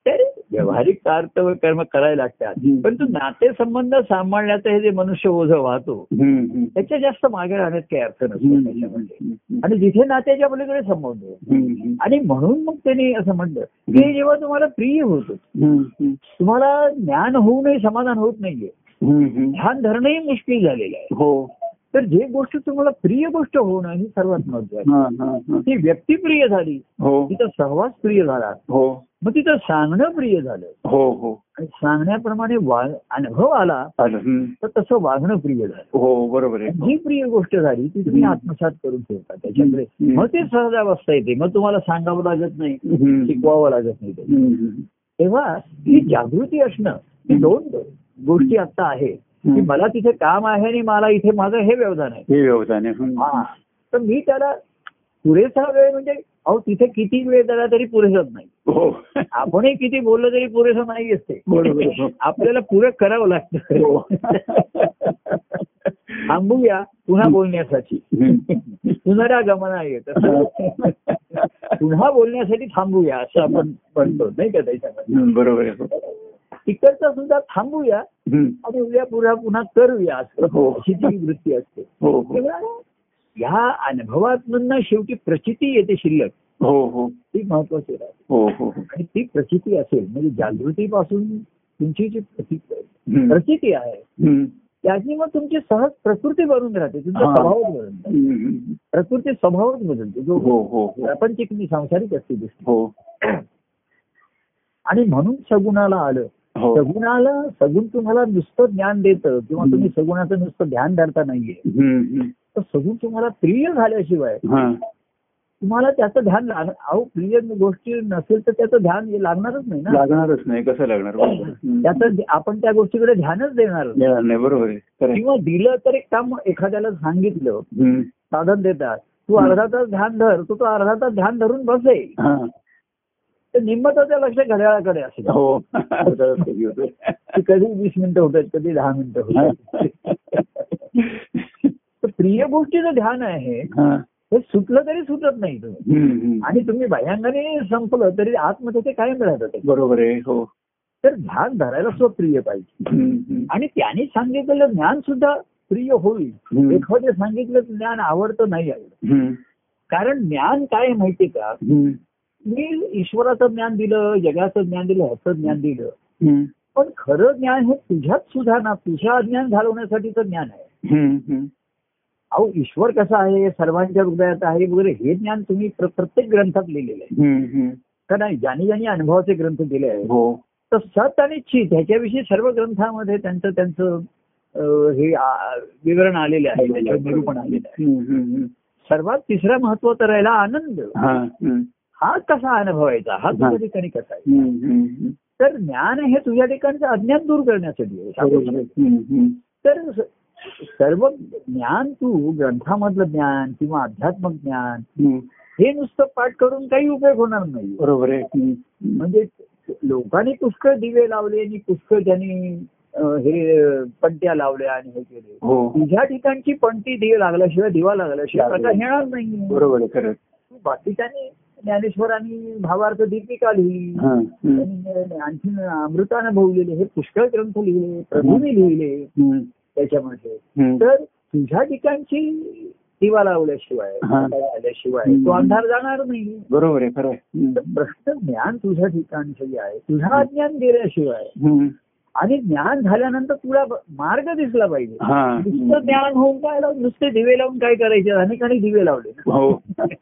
A: तर व्यवहारिक कार्य कर्म करायला
B: हम्म.
A: लागतात पण तो नातेसंबंध सांभाळण्याचं हे जे मनुष्य ओझं वाहतो
B: हम्म, हम्म.
A: त्याच्या जास्त मागे राहण्यात काही अर्थ नसतो
B: हम्म, हम्म,
A: त्याच्यामध्ये
B: हम्म.
A: आणि जिथे नात्याच्या पलीकडे संबंध आहे.
B: हम्म, हम्म.
A: आणि म्हणून मग त्यांनी असं म्हणलं की जेव्हा तुम्हाला प्रिय होतो
B: हम्म, हम्म.
A: तुम्हाला ज्ञान होऊनही समाधान होत नाहीये
B: हम्म, हम्म.
A: ध्यान धरणंही मुश्किल झालेलं आहे
B: हो
A: तर जे गोष्ट तुम्हाला प्रिय गोष्ट होणं ही सर्वात महत्वाची
B: हा, हा, हा.
A: ती व्यक्ती प्रिय झाली
B: हो
A: तिचा सहवास प्रिय झाला
B: हो
A: मग तिचं सांगणं प्रिय झालं
B: हो हो
A: आणि सांगण्याप्रमाणे वा- अनुभव आला
B: आलं. हम्म.
A: तर तसं वागणं प्रिय झालं
B: हो बरोबर आहे
A: जी प्रिय गोष्ट झाली ती तुम्ही
B: हम्म.
A: आत्मसात करून ठेवता त्याच्याकडे
B: हम्म.
A: मग ते सहजावस्था येते मग तुम्हाला सांगावं लागत नाही
B: हम्म.
A: शिकवावं लागत नाही ते.
B: हम्म, हम्म.
A: तेव्हा ही जागृती असणं ही दोन गोष्टी आता आहे की मला तिथे काम आहे आणि मला इथे माझं हे व्यवधान आहे
B: हे व्यवधान आहे हम्म.
A: हा तर मी त्याला पुरेसा वेळ म्हणजे अहो तिथे किती वेळ दिला तरी पुरेसाच नाही
B: हो
A: आपणही किती बोललो तरी पुरेसं नाही
B: बरोबर, हो.
A: असते आपल्याला पूरक करावं
B: हो.
A: लागतं थांबूया पुन्हा बोलण्यासाठी
B: हम्म.
A: पुनरागमना येत पुन्हा बोलण्यासाठी थांबूया असं आपण म्हणतो नाही का त्याच्यामध्ये
B: हम्म, बरोबर आहे हो.
A: तिकडचा सुद्धा थांबूया
B: हम्म.
A: आणि उद्या पुन्हा पुन्हा करूया
B: हो.
A: असं अशी ती वृत्ती असते
B: हो हो
A: तेव्हा ह्या अनुभवातून शेवटी प्रचिती येते शिल्लक
B: हो हो
A: ती महत्वाची राहते
B: हो हो हो.
A: आणि ती प्रचिती असेल म्हणजे जागृतीपासून तुमची जी प्रति-
B: हम्म.
A: प्रचिती आहे
B: हम्म.
A: त्याची मग तुमची सहज प्रकृती बनून राहते तुमचा
B: हा.
A: स्वभावच बदलून जाते.
B: हम्म.
A: प्रकृती स्वभावच बदलते जो
B: हो हो हो
A: प्रापंचिक आणि सांसारिक असते गोष्ट
B: हो
A: आणि म्हणून सगुणाला आलं
B: हो
A: सगुणाला सगुण तुम्हाला नुसतं ज्ञान देतं किंवा
B: हम्म.
A: तुम्ही सगुणाचं नुसतं ध्यान धरता नाहीये
B: हम्म, हम्म.
A: तर सगुण तुम्हाला प्रिय झाल्याशिवाय
B: हा.
A: तुम्हाला त्याचं ध्यान लागणार अहो प्रिय गोष्टी नसेल तर त्याचं ध्यान हे लागणारच नाही ना
B: लागणारच नाही कसं लागणार बरोबर आहे. हम्म.
A: त्याचं ध- आपण त्या गोष्टीकडे ध्यानच देणार नाही.
B: देणार नाही बरोबर आहे खरं आहे.
A: किंवा दिलं तर एक काम एखाद्याला सांगितलं
B: हम्म.
A: साधन देतात तू
B: हम्म.
A: अर्धा तास ध्यान धर तू तो अर्धा तास ध्यान धरून बसेल
B: हा.
A: तर निम्म त्याचं लक्ष घड्याळाकडे असेल
B: हो आता कधी होतं.
A: की कधी वीस मिनिटं होतात कधी दहा मिनिटं
B: हा.
A: होतात तर प्रिय गोष्टीचं ध्यान आहे
B: हा.
A: हे सुटलं तरी सुटत नाही तुम्ही
B: हम्म, हम्म.
A: आणि तुम्ही बाह्यांगाने संपलं तरी आतमध्ये ते कायम राहतात
B: बरोबर आहे हो
A: तर ध्यान धरायला सुद्धा प्रिय पाहिजे
B: हम्म, हम्म.
A: आणि त्यांनी सांगितलेलं ज्ञान सुद्धा प्रिय होईल
B: हम्म.
A: एखादं सांगितलं ज्ञान आवडतं नाही आवडत
B: हम्म.
A: कारण ज्ञान काय आहे माहिती का
B: हम्म.
A: मी ईश्वराचं ज्ञान दिलं जगाचं ज्ञान दिलं ह्याचं ज्ञान दिलं
B: हम्म.
A: पण खरं ज्ञान हे तुझ्यात सुधारणा तुझ्या अज्ञान घालवण्यासाठीचं ज्ञान आहे
B: हम्म, हम्म.
A: अहो ईश्वर कसा आहे सर्वांच्या हृदयात आहे वगैरे हे ज्ञान तुम्ही प्र- प्रत्येक ग्रंथात लिहिलेलं आहे
B: हम्म, हम्म.
A: कारण ज्याने ज्याने अनुभवाचे ग्रंथ दिले आहेत
B: हो
A: तर सत आणि चित ह्याच्याविषयी सर्व ग्रंथामध्ये त्यांचं त्यांचं अं, हे आ- विवरण आलेले आहे त्याच्यावर निरूपण आलेलं आहे
B: हम्म, हम्म, हम्म.
A: सर्वात तिसरा महत्वाचा राहिला आनंद
B: हा. हम्म.
A: हा कसा अनुभवायचा हा तुझ्या ठिकाणी कसा आहे
B: हम्म, हम्म, हम्म.
A: तर ज्ञान हे तुझ्या ठिकाणचं अज्ञान दूर करण्यासाठी आहे
B: बरोबर आहे. हम्म, हम्म.
A: तर स- सर्व ज्ञान तू ग्रंथामधलं ज्ञान किंवा अध्यात्मक ज्ञान
B: हम्म.
A: हे नुसतं पाठ करून काही उपयोग होणार नाही
B: बरोबर आहे हम्म, हम्म.
A: म्हणजे लोकांनी पुष्कळ दिवे लावले आणि पुष्कळ त्यांनी अं, हे अं, पणत्या लावल्या आणि हे केले
B: हो
A: तुझ्या ठिकाणची पणती दिवे लागल्याशिवाय दिवा लागल्याशिवाय प्रकाश येणार नाही
B: बरोबर आहे खरंच
A: बाकीच्यानी ज्ञानेश्वरांनी भावार्थ दीपिका लिहिली
B: हा, हम्म,
A: त्यांनी आणखी अमृतानं भोगलेले हे पुष्कळ ग्रंथ लिहिले प्रभूने लिहिले
B: हम्म,
A: त्याच्यामध्ये
B: हम्म.
A: तर तुझ्या ठिकाणची दिवा लावल्याशिवाय
B: हा.
A: प्रकाश आल्याशिवाय
B: हम्म.
A: तो अंधार जाणार नाही
B: बरोबर आहे खरं आहे.
A: तर
B: हम्म,
A: प्रश्न ज्ञान तुझ्या ठिकाणचं जे आहे तुझा अज्ञान गेल्याशिवाय
B: हम्म.
A: आणि ज्ञान झाल्यानंतर तुला ब- मार्ग दिसला पाहिजे
B: हा
A: नुसतं ज्ञान होऊन काय लावलं? नुसते दिवे लावून काय करायचे अनेकांनी दिवे लावले
B: हो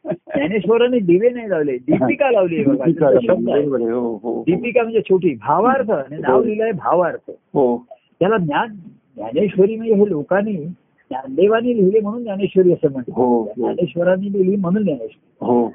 A: ज्ञानेश्वरांनी दिवे नाही लावले दीपिका लावली आहे बघा
B: दीपिका
A: त्याचा शब्द आहे.
B: बरोबर आहे. हो हो
A: दीपिका म्हणजे छोटी भावार्थ आणि नाव लिहिलंय भावार्थ
B: हो
A: त्याला ज्ञान ज्ञानेश्वरी म्हणजे हे लोकांनी ज्ञानदेवानी लिहिले म्हणून ज्ञानेश्वरी असं
B: हो,
A: म्हणतो
B: हो.
A: ज्ञानेश्वरांनी लिहिली म्हणून ज्ञानेश्वरी
B: हो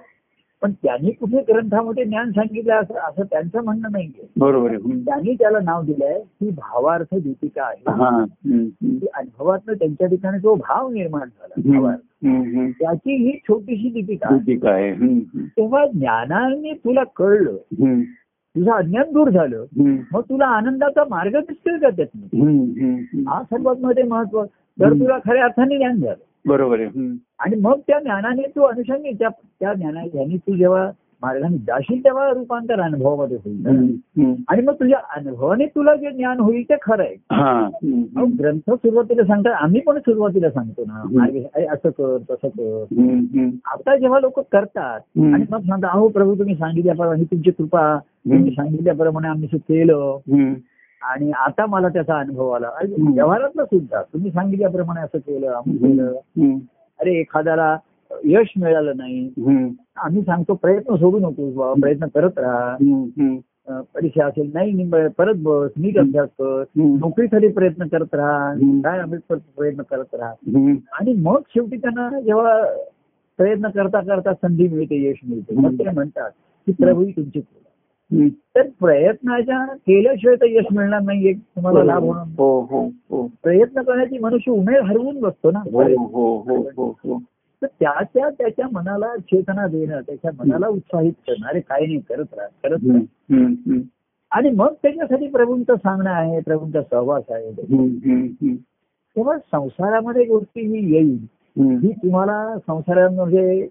A: पण त्यांनी कुठे ग्रंथामध्ये ज्ञान सांगितलं असं असं त्यांचं म्हणणं नाहीये
B: बरोबर आहे हम्म.
A: त्यांनी त्याला नाव दिलंय ही भावार्थ दीपिका आहे
B: हा हम्म, हम्म.
A: ती अनुभवातनं त्यांच्या ठिकाणी जो भाव निर्माण झाला
B: हम्म,
A: भावार्थ
B: हम्म, हम्म.
A: त्याची ही छोटीशी दीपिका आहे.
B: दीपिका आहे हम्म, हम्म.
A: तेव्हा ज्ञानाने तुला कळलं
B: हम्म,
A: तुझं अज्ञान दूर झालं
B: हम्म.
A: मग तुला आनंदाचा मार्ग दिसतोय का त्यातनं
B: हम्म, हम्म, हम्म.
A: हा सर्वात मध्ये महत्व जर
B: हम्म.
A: तुला खऱ्या अर्थाने ज्ञान झालं
B: बरोबर आहे हम्म.
A: आणि मग त्या ज्ञानाने तू अनुषंगी त्या त्या ज्ञाना ज्ञानी तू जेव्हा मार्गाने जाशील तेव्हा रूपांतर अनुभवामध्ये होईल
B: हम्म, हम्म.
A: आणि मग तुझ्या अनुभवाने तुला जे ज्ञान होईल ते खरं आहे
B: हा हम्म,
A: अहो,
B: हम्म.
A: ग्रंथ सुरुवातीला सांगतात आम्ही पण सुरुवातीला सांगतो ना
B: हम्म.
A: मार्ग अरे असं कर तसं कर
B: हम्म, हम्म.
A: आता जेव्हा लोक करतात
B: हम्म.
A: आणि मग सांगतात अहो प्रभू तुम्ही सांगितल्याप्रमाणे ही तुमची कृपा तुम्ही सांगितल्याप्रमाणे आम्ही असं केलं
B: हम्म,
A: आणि आता मला त्याचा अनुभव आला आणि
B: हम्म.
A: व्यवहारातला सुद्धा तुम्ही सांगितल्याप्रमाणे असं केलं आम्ही
B: हम्म,
A: केलं
B: हम्म.
A: अरे एखाद्याला यश मिळालं नाही
B: हम्म,
A: आम्ही सांगतो प्रयत्न सोडू नकोस बाबा प्रयत्न करत राहा
B: हम्म, हम्म.
A: अं, परीक्षा असेल नाही निम- परत बस नीट
B: हम्म.
A: अभ्यास कर
B: हम्म,
A: नोकरीसाठी प्रयत्न करत राहा
B: हम्म.
A: काय अभ्यास कर- प्रयत्न करत राहा
B: हम्म.
A: आणि मग शेवटी त्यांना जेव्हा प्रयत्न करता करता संधी मिळते यश मिळते मग ते म्हणतात की प्रभू ही तुमची कृपा.
B: हम्म.
A: तर प्रयत्नाच्या केल्याशिवाय तर यश मिळणार नाही एक तुम्हाला लाभ होणार नाही.
B: हो हो हो
A: प्रयत्न करण्याची मनुष्य उमेद हरवून बसतो ना
B: हो हो हो हो हो
A: तर त्याच्या त्याच्या मनाला चेतना देणं त्याच्या मनाला उत्साहित करणं अरे काही नाही करत राहा करत राहा
B: हम्म, हम्म, हम्म.
A: आणि मग त्याच्यासाठी प्रभूंचं सांगणं आहे प्रभूंचा सहवास आहे
B: हम्म, हम्म, हम्म.
A: तेव्हा संसारामध्ये गोष्टी ही येईल
B: हम्म.
A: ही तुम्हाला संसारामध्ये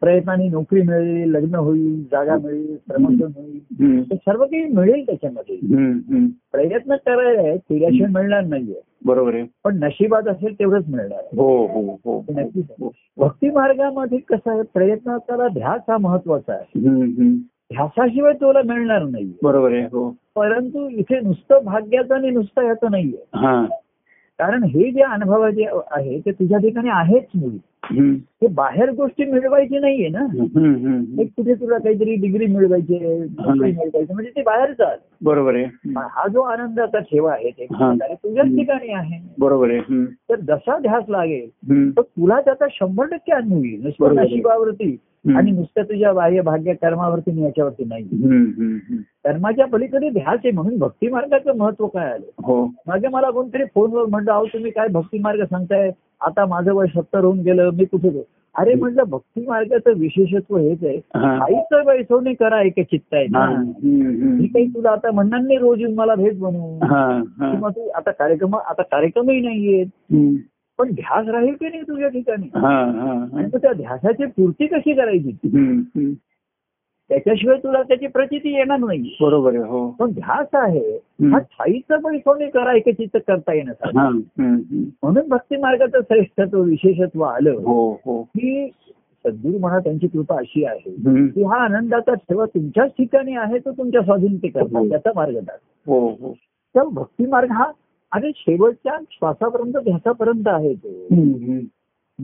A: प्रयत्नाने नोकरी मिळेल लग्न होईल जागा मिळेल प्रमोशन होईल
B: हम्म,
A: हे सर्व काही मिळेल त्याच्यामध्ये
B: हम्म, हम्म.
A: प्रयत्न करायला आहे केल्याशिवाय मिळणार नाहीये
B: बरोबर आहे
A: पण नशिबात असेल तेवढंच मिळणार आहे
B: हो हो हो
A: हे नक्कीच आहे.
B: हो.
A: भक्ती मार्गामध्ये कसं आहे प्रयत्नाचा ध्यास हा महत्वाचा आहे
B: हम्म, हम्म.
A: ध्यासाशिवाय तुला मिळणार नाही
B: बरोबर आहे हो
A: परंतु इथे नुसतं भाग्याचं आणि नुसतं ह्याचं नाहीये
B: हा
A: कारण हे जे अनुभव जे आहे ते तुझ्या ठिकाणी आहेच मुली
B: हम्म,
A: हे बाहेर गोष्टी मिळवायची नाहीये ना
B: हम्म, हम्म.
A: हे कुठे तुला काहीतरी डिग्री मिळवायची आहे, नोकरी मिळवायची म्हणजे ते बाहेरच आहे.
B: बरोबर आहे हम्म.
A: हा जो आनंदाचा ठेवा आहे ते
B: हा.
A: प्रकारे तुझ्याच ठिकाणी आहे
B: बरोबर आहे हम्म,
A: तर जसा ध्यास लागेल
B: हम्म.
A: तर तुला त्याचा शंभर टक्के अनुभव येईल नुसतं
B: बरोबर.
A: नशिबावरती
B: हम्म.
A: आणि नुसतं तुझ्या बाह्य भाग्य कर्मावरती आणि याच्यावरती नाही
B: हम्म, हम्म, हम्म.
A: कर्माच्या पलीकडे ध्यास आहे म्हणून भक्ती मार्गाचं महत्व काय आलं
B: हो
A: मागे मला कोणतरी फोनवर म्हणलं अहो तुम्ही काय भक्ती मार्ग सांगताय आता माझं वय सत्तर होऊन गेलं मी कुठे जाऊ?" अरे म्हटलं भक्ती मार्गाचं विशेषत्व हेच आहे
B: हा.
A: काहीच वैसवणी करा एक चित्त आहे
B: हा.
A: ना
B: हम्म,
A: मी
B: हम्म.
A: काही तुला आता म्हणणार नाही रोज येऊन मला भेट बनवू
B: हा, हा.
A: किंवा तू आता कार्यक्रम आता कार्यक्रमही नाहीयेत
B: हम्म.
A: पण ध्यास राहील की नाही तुझ्या ठिकाणी
B: हा, हा, हा.
A: आणि मग त्या ध्यासाची पूर्ती कशी करायची
B: हम्म, हम्म.
A: त्याच्याशिवाय तुला त्याची प्रचिती येणार नाही
B: बरोबर आहे हो
A: पण ध्यास आहे
B: हम्म.
A: हा थाईचं वैसवणी करा एक चित्त करता येण्यासाठी
B: हा, हम्म, हम्म.
A: म्हणून भक्ती मार्गाचं श्रेष्ठत्व विशेषत्व आलं
B: हो हो
A: की सद्गुरू म्हणा त्यांची कृपा अशी आहे
B: हम्म.
A: की हा आनंदाचा ठेवा तुमच्याच ठिकाणी आहे तो तुमच्या स्वाधीन ते करतात
B: हो.
A: त्याचा मार्ग दाख
B: हो हो
A: तर भक्ती मार्ग हा आणि शेवटच्या श्वासापर्यंत ध्यासापर्यंत आहे तो
B: हम्म, हम्म.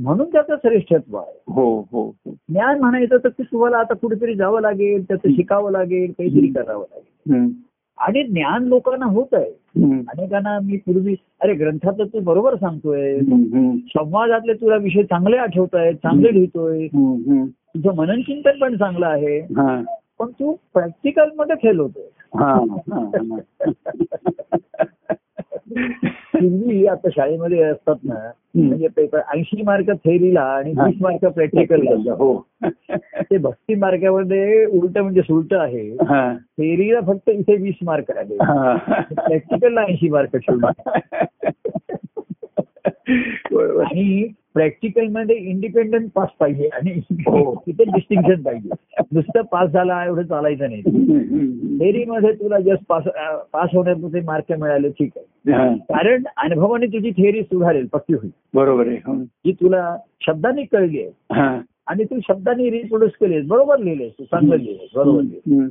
A: म्हणून त्याचं श्रेष्ठत्व आहे
B: हो हो हो.
A: ज्ञान म्हणायचं तर की तुम्हाला आता कुठेतरी जावं लागेल त्याचं शिकावं लागेल काहीतरी करावं लागेल
B: हम्म,
A: आणि ज्ञान लोकांना होत आहे
B: हम्म.
A: अनेकांना मी पूर्वी अरे ग्रंथात तू बरोबर सांगतोय
B: हम्म, हम्म.
A: संवादातले तुला विषय चांगले आठवत आहेत चांगले लिहितोय
B: हम्म, हम्म.
A: तुझं मनन चिंतन पण चांगलं आहे
B: हा
A: पण तू प्रॅक्टिकल मध्ये फेल होतोय
B: हा हा
A: पूर्वी आता शाळेमध्ये असतात ना म्हणजे पेपर ऐंशी मार्क थेरीला आणि
B: हा.
A: वीस मार्क प्रॅक्टिकलला
B: हो
A: ते भक्ती मार्गामध्ये उलट म्हणजे सुलट आहे
B: हा
A: थेरीला फक्त इथे वीस मार्क आले
B: हा
A: प्रॅक्टिकलला ऐंशी मार्क ठेवले
B: बरोबर
A: आणि प्रॅक्टिकल मध्ये इंडिपेंडंट पास पाहिजे आणि
B: हो.
A: तिथे डिस्टिंक्शन पाहिजे नुसतं पास झाला एवढं चालायचं नाही
B: हम्म,
A: थेरीमध्ये तुला जस्ट पास पास होण्यामध्ये मार्क मिळाले ठीक आहे
B: हम्म. हा,
A: कारण अनुभवाने तुझी थेअरी सुधारेल पक्की होईल
B: बरोबर आहे हम्म.
A: जी तुला शब्दांनी कळली आहे
B: हा.
A: आणि तू शब्दांनी रिप्रोड्यूस केली आहेस. बरोबर लिहिलेस तू चांगलं लिहिलेस बरोबर लिहिलंस.
B: हम्म.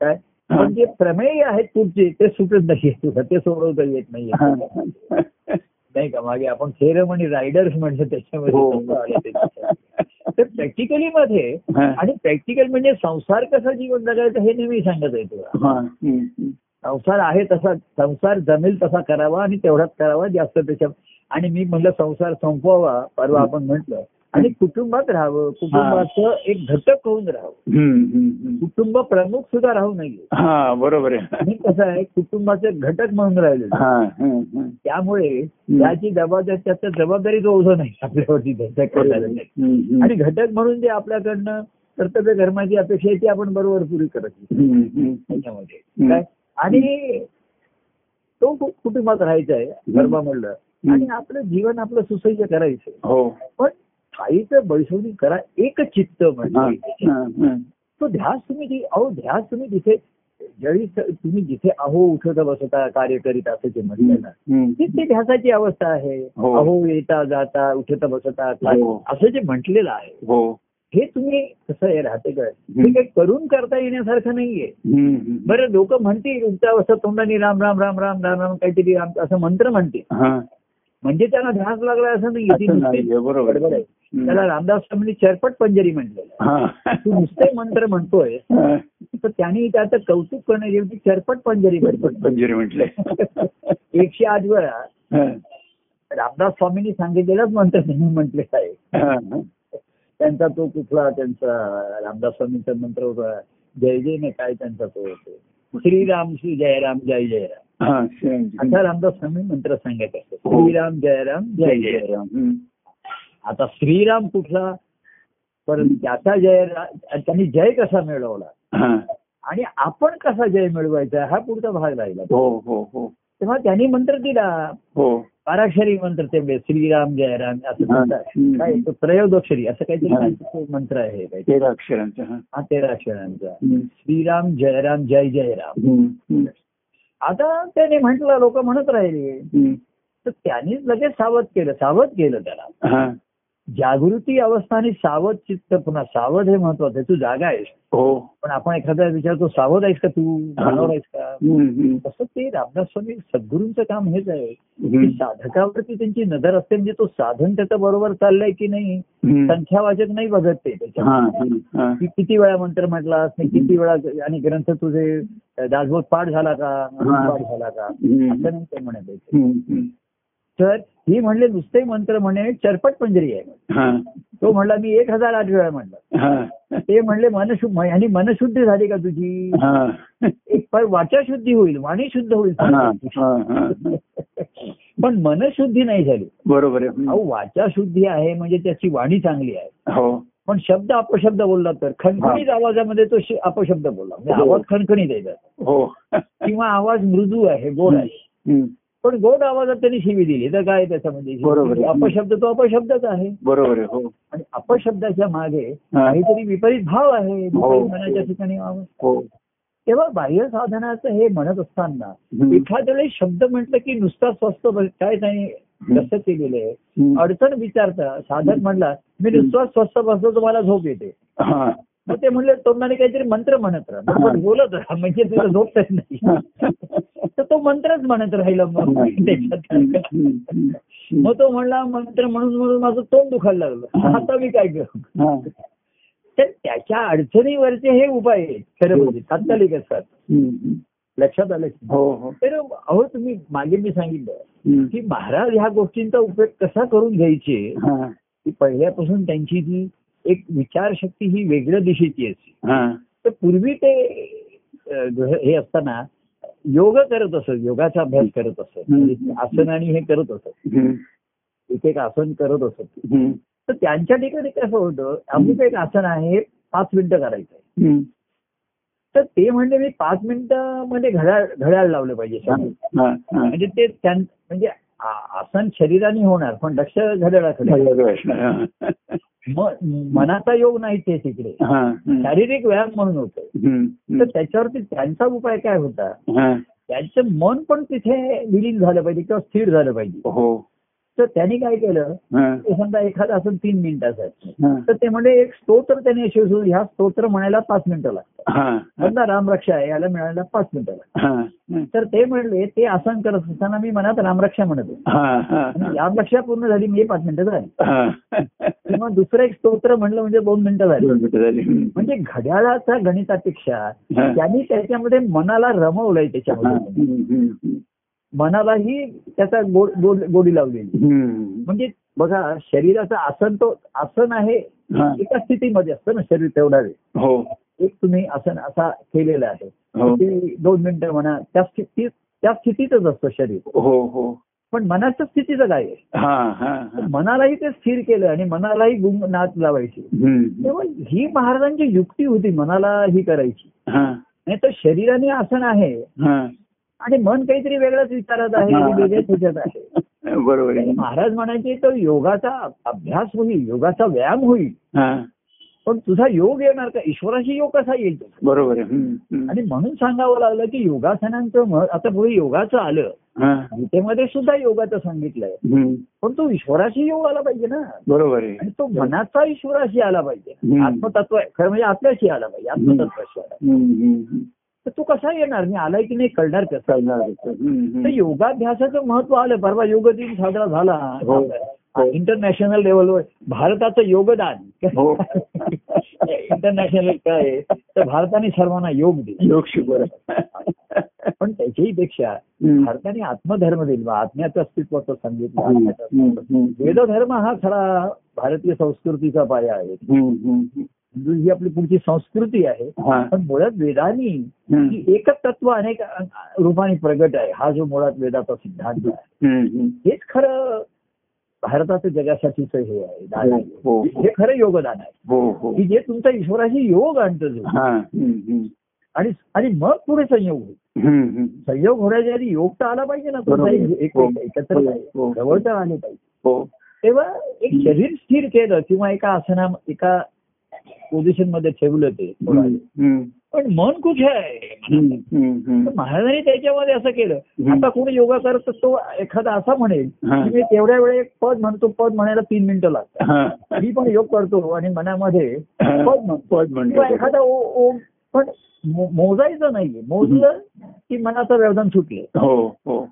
A: काय पण जे प्रमेय आहेत तुमचे ते सुटत नाही तुला ते सोडवता येत नाही
B: हा.
A: नाही का मागे आपण थेरम आणि रायडर्स म्हणतो
B: हो.
A: त्याच्यामध्ये शब्द आले त्याच्यात. तर प्रॅक्टिकली मध्ये
B: हा.
A: आणि प्रॅक्टिकल म्हणजे संसार कसा जीवन जगायचं हे नेहमी सांगत आहे तुला
B: हा. हम्म.
A: संसार आहे तसा संसार जमेल तसा करावा आणि तेवढाच करावा जास्त त्याच्या आणि मी म्हणलं संसार संपवावा परवा आपण म्हटलं आणि कुटुंबात राहावं कुटुंबाचं एक घटक होऊन राहावं
B: हम्म, हम्म, हम्म.
A: कुटुंब प्रमुख सुद्धा राहू नये
B: हा बरोबर आहे
A: मी कसं आहे कुटुंबाचे घटक म्हणून राहिले
B: हा हम्म, हम्म.
A: त्यामुळे त्याची जबाबदारी त्याचा जबाबदारी जो ओझं नाही आपल्यावरती त्याचा कोणाला नाही.
B: हम्म,
A: आणि घटक म्हणून जे आपल्याकडनं कर्तव्य धर्माची अपेक्षा आहे ती आपण बरोबर पुरी करत नाही.
B: हम्म, हम्म.
A: त्याच्यामध्ये काय आणि तो खूप कुटुंबात राहायचा आहे गरबा म्हणलं आणि आपलं जीवन आपलं सुसह्य करायचं
B: हो
A: पण थाईचं बैसवणी करा एक चित्त
B: हा,
A: म्हणजे
B: हा, हा.
A: तो ध्यास तुम्ही जी- अहो ध्यास तुम्ही जिथे ज्यावेळी स- तुम्ही जिथे अहो उठवता बसता कार्य करीत असायचे म्हटलं ना
B: हम्म.
A: तीच ती ध्यासाची अवस्था आहे
B: हो.
A: अहो येता जाता उठता बसता
B: हो.
A: असं जे म्हटलेलं आहे
B: हो
A: हे तुम्ही कसं आहे राहते काय हे काही करून करता येण्यासारखं नाहीये
B: हम्म, हम्म.
A: बरं लोक म्हणतील उठता अवस्था तोंडाने राम राम राम राम राम राम काहीतरी राम असं मंत्र म्हणतील
B: हा.
A: म्हणजे त्यांना ध्यास लागला असं नाही ती
B: असं
A: नुसती
B: नाहीये, बरोबर
A: बडबड आहे.
B: आहे.
A: त्याला रामदास स्वामींनी चरपट पंजरी म्हटलेलं आहे.
B: हा.
A: तू नुसते मंत्र म्हणतोय
B: हा.
A: तर त्यांनी त्याचं कौतुक करण्याऐवजी चरपट पंजरी
B: बडबड
A: म्हटलं
B: पंजिरी म्हटले
A: एकशे आठ वेळा रामदास स्वामींनी सांगितलेलाच मंत्र त्यांनी म्हटलेला आहे त्यांचा तो कुठला त्यांचा रामदास स्वामींचा मंत्र होता जय जय ने काय त्यांचा तो होतो श्रीराम श्री जयराम जय जयराम असा रामदास स्वामी मंत्र सांगत असतो
B: हो.
A: श्रीराम जयराम जय जयराम आता श्रीराम कुठला परंतु त्याचा जय त्यांनी जय कसा मिळवला आणि आपण कसा जय मिळवायचा हा पुढचा भाग राहिला
B: हो हो हो
A: तेव्हा त्यांनी मंत्र दिला
B: हो
A: पाराक्षरी मंत्र ते बे- श्रीराम जयराम असं म्हणतात
B: हम्म.
A: काय तो त्रयोदक्षरी असं काहीतरी
B: हा.
A: त्यांचं मंत्र आहे काहीतरी
B: तेरा अक्षरांचा हा
A: हा तेरा अक्षरांचा
B: हम्म.
A: श्रीराम जयराम जय जयराम
B: हम्म. हम्म.
A: आता त्याने म्हटलं लोक म्हणत राहिले
B: हम्म.
A: तर त्यांनीच लगेच सावध केलं सावध केलं त्याला
B: हा.
A: जागृती अवस्था आणि सावध चित्त पुन्हा सावध हे महत्वाचं आहे तू जागा आहेस
B: हो
A: पण आपण एखादा विचारतो सावध आहेस का तू जाणवर आहेस का
B: हम्म. हम्म.
A: तसं ते रामदास स्वामी सद्गुरूंचं काम हेच आहे की
B: हम्म.
A: साधकावरती त्यांची नजर असते म्हणजे तो साधन त्याच्या बरोबर चाललाय की नाही
B: हम्म.
A: संख्यावाचक नाही बघत ते
B: हा.
A: त्याच्या
B: हा.
A: की किती वेळा मंत्र म्हटलास आणि किती वेळा आणि ग्रंथ तुझे दासबोध पाठ झाला का
B: हा.
A: पाठ झाला का
B: हम्म.
A: असं नाही ते म्हणत आहे.
B: हम्म. हम्म.
A: तर ही म्हणले नुसते मंत्र म्हणे चरपट पंजरी आहे
B: हा.
A: तो म्हणला मी एक हजार आठ वेळा म्हणला
B: हा.
A: ते म्हणले मनशुद्ध आणि मनशुद्धी झाली का तुझी
B: हा.
A: एक पर वाचा शुद्धी होईल वाणी शुद्ध होईल
B: हा. हा. हा.
A: पण मनशुद्धी नाही झाली
B: बरोबर आहे
A: अहो
B: हम्म.
A: वाचा शुद्धी आहे म्हणजे त्याची वाणी चांगली आहे
B: हो
A: पण शब्द अपशब्द बोलला तर खणखणीत आवाजामध्ये तो श- अपशब्द बोलला म्हणजे
B: हो.
A: आवाज खणखणीत आहे त्याचा.
B: हो
A: किंवा आवाज मृदू आहे गोड आहे
B: हम्म.
A: पण गोड आवाजात त्यांनी शिवी दिली तर काय त्याच्यामध्ये
B: बरोबर आहे.
A: अपशब्द तो अपशब्दच आहे
B: बरोबर आहे हो
A: आणि अपशब्दाच्या मागे
B: हा.
A: काहीतरी विपरीत भाव आहे
B: हो.
A: विपरीत मनाच्या ठिकाणी आवाज
B: हो
A: तेव्हा बाह्य साधनाचं हे म्हणत असताना
B: हम्म.
A: एखाद्या वेळेस शब्द म्हटलं की नुसता स्वस्त बस- काय नाही कसं केलेलं आहे
B: हम्म.
A: अडचण विचारता साधक म्हणला मी नुसता स्वस्त बसलो तुम्हाला झोप येते
B: हा.
A: मग ते म्हणले तोंडाने काहीतरी मंत्र म्हणत राहा
B: हा.
A: मंत्र बोलत राहा म्हणजे तुला झोप येत नाही तर तो मंत्रच म्हणत राहिला मग त्याच्यात
B: हम्म.
A: मग तो म्हणला मंत्र म्हणून म्हणून माझं तोंड दुखायला लागलं
B: हा.
A: आता मी काय करू
B: हा.
A: तर त्याच्या अडचणीवरचे हे उपाय आहेत खरं
B: हो.
A: म्हणजे तात्कालिक असतात
B: हम्म.
A: लक्षात आलं की?
B: हो हो
A: तर अहो तुम्ही मागे मी सांगितलं
B: हम्म.
A: की महाराज ह्या गोष्टींचा उपयोग कसा करून घ्यायचे
B: हा.
A: की पहिल्यापासून त्यांची जी एक विचारशक्ती ही वेगळ्या दिशेची असते
B: हा
A: तर पूर्वी ते अ, गृह- हे असताना योग करत असत योगाचा अभ्यास करत असत म्हणजे
B: हम्म.
A: आसन आणि हे करत असत
B: हम्म.
A: एक एक आसन करत असत
B: हम्म.
A: तर त्यांच्या ठिकाणी कसं होतं आमचं एक आसन आहे हे पाच मिनिटं करायचं आहे
B: हम्म.
A: तर ते म्हणजे मी पाच मिनिटामध्ये घड्याळ घड्याळ लावलं पाहिजे
B: हा,
A: समोर.
B: हा, हा.
A: म्हणजे ते त्यां- म्हणजे आ- आसन शरीराने होणार पण लक्ष घड्याळाकडे
B: सगळं व्यवस्थित. हा.
A: म- मनाचा योग नाही ते तिकडे
B: हा. हम्म.
A: शारीरिक व्यायाम म्हणून होतं तर
B: हम्म.
A: त्याच्यावरती त्यांचा उपाय काय होता
B: हा.
A: त्यांचं मन पण तिथे विलीन झालं पाहिजे किंवा स्थिर झालं पाहिजे
B: हो
A: तर त्यांनी काय केलं
B: हा.
A: ते समजा एखादं आसन तीन मिनिटाचं आहे
B: हा.
A: तर ते म्हणजे एक स्तोत्र त्यांनी असे सुरू ह्या स्तोत्र म्हणायला पाच मिनिटं लागतात
B: हा.
A: समजा रामरक्षा आहे याला मिळायला पाच मिनिटं लागतात
B: हा. हा.
A: तर ते म्हणले ते आसन करत असताना मी मनात रामरक्षा म्हणत होते
B: हा, हा,
A: आणि रामरक्षा पूर्ण झाली मी पाच मिनिटं झाली
B: हा.
A: किंवा दुसरं एक स्तोत्र म्हणलं म्हणजे दोन मिनिटं झाली
B: दोन मिनिटं झाली. हम्म.
A: म्हणजे घड्याळाच्या गणितापेक्षा
B: हा.
A: त्यांनी त्याच्यामध्ये मनाला रमवलंय
B: हा.
A: त्याच्यामध्ये
B: हम्म, हम्म,
A: मनालाही त्याचा गोड- गोड- गोडी लावलेली
B: हम्म.
A: म्हणजे बघा शरीराचं आसन तो आसन आहे
B: हा.
A: एका स्थितीमध्ये असतं ना शरीर तेवढा वेळ
B: हो
A: एक तुम्ही आसन असा केलेलं आहे
B: हो
A: ते दोन मिनिटं म्हणा त्या स्थितीत त्या स्थितीतच असतं शरीर
B: हो हो
A: पण मनाच्या स्थितीचं काय आहे
B: हा हा
A: तर
B: हा.
A: मनालाही ते स्थिर केलं आणि मनालाही गुंग नाच लावायची
B: हम्म.
A: तेव्हा ही महाराजांची युक्ती होती मनाला ही करायची
B: हा
A: नाही तर शरीराने आसन आहे
B: हा
A: आणि मन काहीतरी वेगळाच विचारात
B: हा.
A: आहे वेगळ्याच ह्याच्यात आहे
B: बरोबर आहे
A: महाराज म्हणायचे तर योगाचा अभ्यास होईल योगाचा व्यायाम होईल
B: हा
A: पण तुझा योग येणार का ईश्वराशी योग कसा येईल तुझा?
B: बरोबर आहे हम्म, हम्म.
A: आणि म्हणून सांगावं लागलं की योगासनांचं मह- आता पुढे योगाचं आलं
B: हा
A: गीतेमध्ये सुद्धा योगाचं सांगितलंय
B: हम्म.
A: पण तो ईश्वराशी योग आला पाहिजे ना
B: बरोबर आहे
A: आणि तो मनाचा ईश्वराशी आला पाहिजे
B: हम्म.
A: आत्मतत्व खरं म्हणजे आपल्याशी आला पाहिजे आत्मतत्वाशी आला
B: हम्म, हम्म.
A: तर तो कसा येणार मी आलाय की नाही कळणार कसं
B: चालणार आहे. हम्म,
A: तर
B: हम्म.
A: योगाभ्यासाचं महत्व आलं परवा योग दिन साजरा
B: हो.
A: झाला इंटरनॅशनल लेवलवर भारताचं योगदान
B: हो.
A: इंटरनॅशनल काय आहे? तर भारताने सर्वांना योग दिला
B: योग शुगर आहे.
A: पण त्याच्याही पेक्षा
B: हम्म.
A: भारताने आत्मधर्म दिला आत्म्याचं अस्तित्वाचं सांगितलं
B: हम्म,
A: आत्म्याचं
B: हम्म,
A: अस्तित्व.
B: हम्म.
A: वेदधर्म हा खरा भारतीय संस्कृतीचा पाया आहे
B: हम्म, हम्म.
A: हिंदू ही आपली पुढची संस्कृती आहे
B: हा.
A: पण मुळात वेदानी
B: हम्म.
A: ही एकच तत्व अनेक अ- रूपाने प्रगट आहे हा जो मुळात वेदाचा सिद्धांत आहे
B: हम्म, हम्म.
A: हेच खरं भारताचं जगासाठीच हे आहे दान
B: हो,
A: आहे
B: हो.
A: हे खरं योगदान आहे
B: हो हो
A: की जे तुमचा ईश्वराशी योग आणतं जो
B: हा हम्म, हम्म.
A: आणि आणि मग पुढे संयोग होईल
B: हम्म, हम्म.
A: संयोग होण्याच्या आधी योग तर आला पाहिजे ना
B: बरोबर.
A: तुमचा एक- एक-
B: हो.
A: एकत्र
B: हो,
A: पाहिजे.
B: हो.
A: जवळ तर आले पाहिजे
B: हो
A: तेव्हा एक शरीर स्थिर केलं किंवा एका आसना एका पोझिशन मध्ये ठेवलं ते थोडा वेळ.
B: हम्म, हम्म.
A: पण मन कुठे आहे
B: हम्म, हम्म,
A: तर
B: हम्म.
A: महाराजांनी त्याच्यामध्ये असं केलं
B: हम्म.
A: आता कोणी योगा करत तर तो एखादा असा म्हणेल
B: हा.
A: की मी तेवढ्या वेळ एक पद म्हणतो पद म्हणायला तीन मिनिटं लागतात
B: हा.
A: मी पण योग करतो आणि मनामध्ये पद म्हणतो
B: पद
A: किंवा
B: म्हणतो
A: एखादा ओ- ओम पण मो- मोजायचं नाही मोजलं की मनाचं व्यवधान सुटले
B: हो हो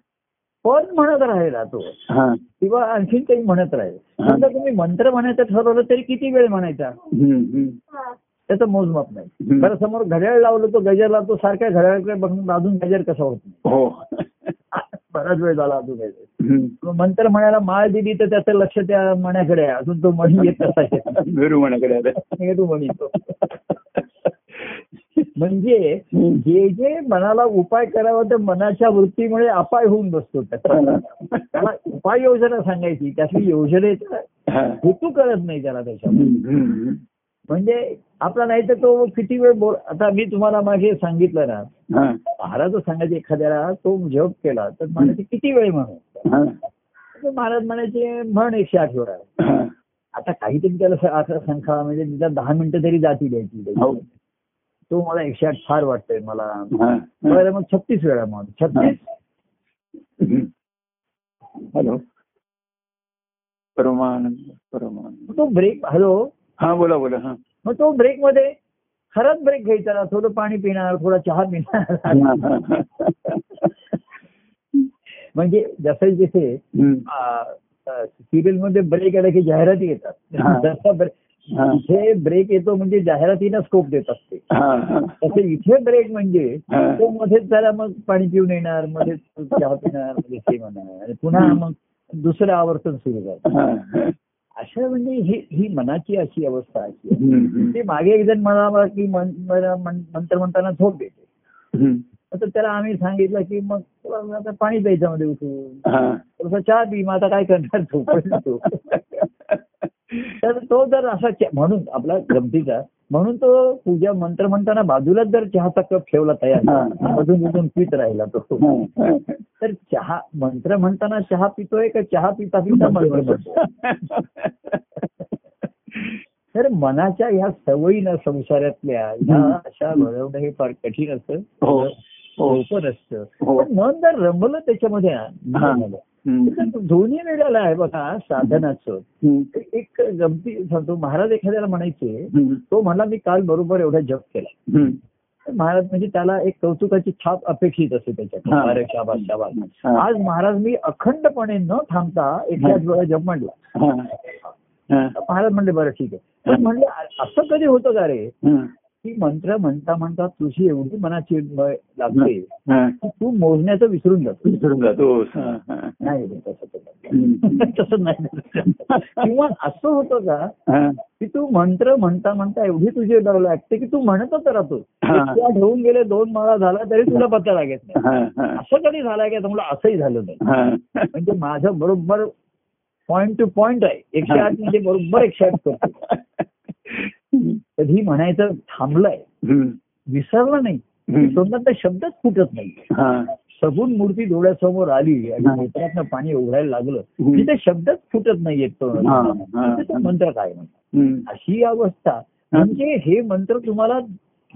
A: पद म्हणत राहिला तो
B: हा
A: किंवा आणखीन काही म्हणत राहील
B: हा.
A: समजा तुम्ही मंत्र म्हणायचं ठरवलं तरी किती वेळ म्हणायचा
B: हम्म, हम्म.
A: त्याचं मोजमाप नाही
B: हम्म.
A: तर समोर घड्याळ लावलं तो गजर लावतो सारख्या घड्याळाकडे बघून बाजून गजर कसा होत नाही
B: हो
A: आ, बराच वेळ झाला अजून गजर
B: हम्म.
A: मग मंत्र म्हणायला माळ दिली तर त्याचं लक्ष त्या मण्याकडे आहे. अजून तो मणी येत नसायचा
B: गुरु म्हणाकडे आता
A: हे तो म्हणतो म्हणजे
B: हम्म.
A: जे जे मनाला उपाय करावा तर मनाच्या वृत्तीमुळे अपाय होऊन बसतो त्याचा त्याला उपाययोजना सांगायची त्यातली योजनेचा
B: हा.
A: हेतू कळत नाही त्याला त्याच्यामध्ये
B: हम्म, हम्म.
A: म्हणजे आपला नाही तर तो किती वेळ बोल आता मी तुम्हाला मागे सांगितलं ना
B: हा.
A: महाराज सांगायचे एखाद्याला तो जप केला तर म्हणायचे किती वेळ म्हणू
B: हा.
A: तर महाराज म्हणायचे म्हण एकशे आठ वेळा
B: हा.
A: आता काहीतरी त्याला स- आता संख्या म्हणजे तिला दहा मिनिटं तरी जातील याची
B: हो.
A: तो मला एकशे आठ फार वाटतंय मला
B: हा. हा.
A: बरं मग छत्तीस वेळा मग छत्तीस
B: हॅलो परमानंद परमानंद
A: मग तो ब्रेक हॅलो
B: हा बोला बोला हा
A: मग तो ब्रेक मध्ये खराच ब्रेक घ्यायचा ना थोडं पाणी पिणार थोडा चहा पिणार
B: हा, हा, हा.
A: म्हणजे जसे जसे
B: हम्म.
A: सिरियल मध्ये ब्रेक आला की जाहिराती
B: हा.
A: येतात जसा ब्रेक
B: हा.
A: इथे ब्रेक येतो म्हणजे जाहिरातीला स्कोप देत असते
B: हा, हा.
A: तसे इथे ब्रेक म्हणजे
B: हा.
A: तो मध्येच जरा मग पाणी पिऊन येणार मध्येच चहा पिणार मध्येच ते म्हणणार आणि पुन्हा मग दुसरं आवर्तन सुरू झालं
B: हा, हा.
A: अशा म्हणजे ही ही मनाची अशी अवस्था अशी आहे
B: हम्म, हम्म.
A: ते मागे एक जण म्हणाला की मन- मला मन- मंत्र म्हणताना झोप देते
B: हम्म.
A: तर त्याला आम्ही सांगितलं की मग थोडं आता पाणी प्यायचं मध्ये उठून
B: हा.
A: थोडंसं चहा पी मग आता काय करणार झोपेल तू तर तो जर असा च- म्हणून आपला गमतीचा म्हणून तो पूजा मंत्र म्हणताना बाजूलाच जर चहाचा कप ठेवला
B: हा,
A: तयार
B: हा.
A: अजून अजून पित राहिला तो
B: हा, हा.
A: तर चहा मंत्र म्हणताना चहा पितोय का चहा पिता पिता मंत्र म्हणतोय तर मनाच्या ह्या सवयीनं संसारातल्या ह्या
B: हम्म.
A: अशा घडवणं हे फार कठीण असतं
B: हो हो
A: सोपं नसतं
B: हो.
A: पण मन जर रमलं त्याच्यामध्ये ना,
B: हा.
A: मन रमलं.
B: हम्म.
A: तर दोन्ही वेळेला आहे बघा साधनाचं
B: हम्म.
A: एक गमती सांगतो महाराज एखाद्याला म्हणायचे
B: हम्म.
A: तो म्हणला मी काल बरोबर एवढा जप केला
B: हम्म.
A: तर महाराज म्हणजे त्याला एक कौतुकाची थाप अपेक्षित असते
B: हा.
A: त्याच्याकडे अरे शाबास शाबास
B: हा.
A: आज महाराज मी अखंडपणे न थांबता एकाच वेळा जप म्हणला
B: हा. हा.
A: तर महाराज म्हणले बरं ठीक आहे पण म्हणले "अ- असं कधी होतं का रे
B: हा.
A: की मंत्र म्हणता म्हणता तुझी एवढी मनाची म- लागते की
B: हा.
A: तू मोजण्याचं विसरून जातो
B: विसरून जातोस. हा, हा.
A: नाही रे, तसं तर
B: हम्म.
A: नाही. तसं नाही किंवा असं होतं का
B: हा.
A: की तू मंत्र म्हणता म्हणता एवढी तुझी डाव लागते की तू म्हणतच राहतो
B: हा.
A: इतक्या ठेवून गेले दोन माळा झाला तरी तुला पत्ता लागत नाही
B: हा. हा.
A: असं कधी झालं का तुम्हाला असंही झालं नाही
B: हा.
A: म्हणजे माझं बरोबर पॉइंट टू पॉइंट आहे एकशे
B: हा.
A: आठ म्हणजे बरोबर एकशे आठ करतो कधी म्हणायचं थांबलंय
B: हम्म.
A: विसरलं नाही
B: हम्म.
A: तोंडात तर शब्दच फुटत नाही
B: हा.
A: सगून मूर्ती डोळ्यासमोर आली
B: हा.
A: आणि नेत्रातनं पाणी ओघायला लागलं
B: हम्म.
A: तिथे शब्दच फुटत नाही येत
B: हा. हा.
A: मंत्र काय म्हणतात
B: हम्म.
A: अशी अवस्था म्हणजे हे मंत्र तुम्हाला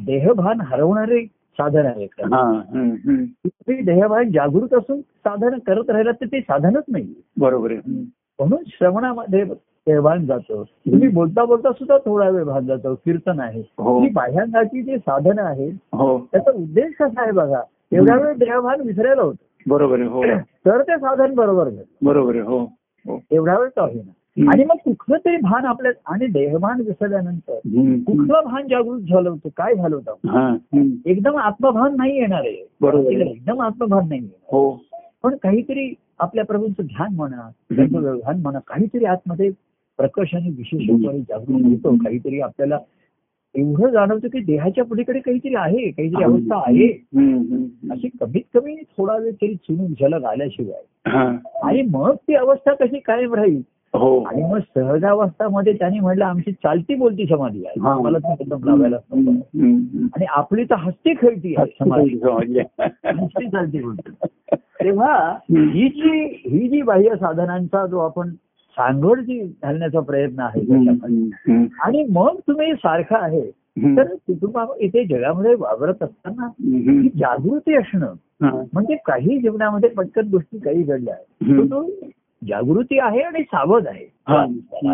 A: देहभान हरवणारे साधन आहे का?
B: हा. हम्म. हम्म.
A: तुम्ही देहभान जागृत असून साधन करत राहिलात तर ते साधनच नाही
B: बरोबर आहे हम्म.
A: म्हणून श्रवणामध्ये देहभान जातं तुम्ही बोलता बोलता सुद्धा थोडा वेळ भान जातो कीर्तन आहे
B: हो.
A: ही बाह्यांगाची जे साधनं आहेत
B: हो
A: त्याचा उद्देश कसा आहे बघा एवढा वेळ देहभान विसरायला होतं
B: बरोबर आहे हो
A: तर ते साधन बरोबर झालं.
B: बरोबर आहे हो हो
A: एवढा वेळ का होईना
B: हम्म.
A: आणि मग कुठलं तरी भान आपल्या आणि देहभान विसरल्यानंतर
B: हम्म. हम्म.
A: कुठलं भान जागृत झालं होतं काय झालं होतं
B: हा. हम्म.
A: एकदम आत्मभान नाही येणार आहे
B: बरोबर.
A: एकदम आत्मभान नाही येणार
B: हो
A: पण काहीतरी आपल्या प्रभूंचं ध्यान म्हणा त्यांचं व्यवधान म्हणा काहीतरी आतमध्ये प्रकर्ष आणि विशेष रूपाने जागृत होतो काहीतरी आपल्याला एवढं जाणवतं की देहाच्या पलीकडे काहीतरी आहे काहीतरी अवस्था आहे
B: हम्म. हम्म.
A: अशी कमीत कमी थोडा वेळ तरी चुनून झलक आल्याशिवाय
B: हा.
A: आणि मग ती अवस्था कशी कायम राहील
B: हो
A: आणि मग सहजावस्थामध्ये त्यांनी म्हटलं आमची चालती बोलती समाधी आहे
B: हा.
A: मला ती कदम लावायला नको.
B: हम्म. हम्म.
A: आणि आपली तर हस्ती खेळती आहे समाधी हस्ती चालती बोलती तेव्हा ही जी ही जी बाह्य साधनांचा जो आपण सांगड जी घालण्याचा प्रयत्न आहे त्याच्यामध्ये.
B: हम्म.
A: आणि मग तुम्ही सारखा आहे
B: हम्म.
A: तर तुम्हा इथे जगामध्ये वावरत असताना ही
B: हम्म.
A: जागृती असणं
B: हा.
A: म्हणजे काही जीवनामध्ये पटकन गोष्टी काही घडल्या आहेत. तर
B: हम्म.
A: तो जागृती आहे आणि सावध आहे
B: हा. हा.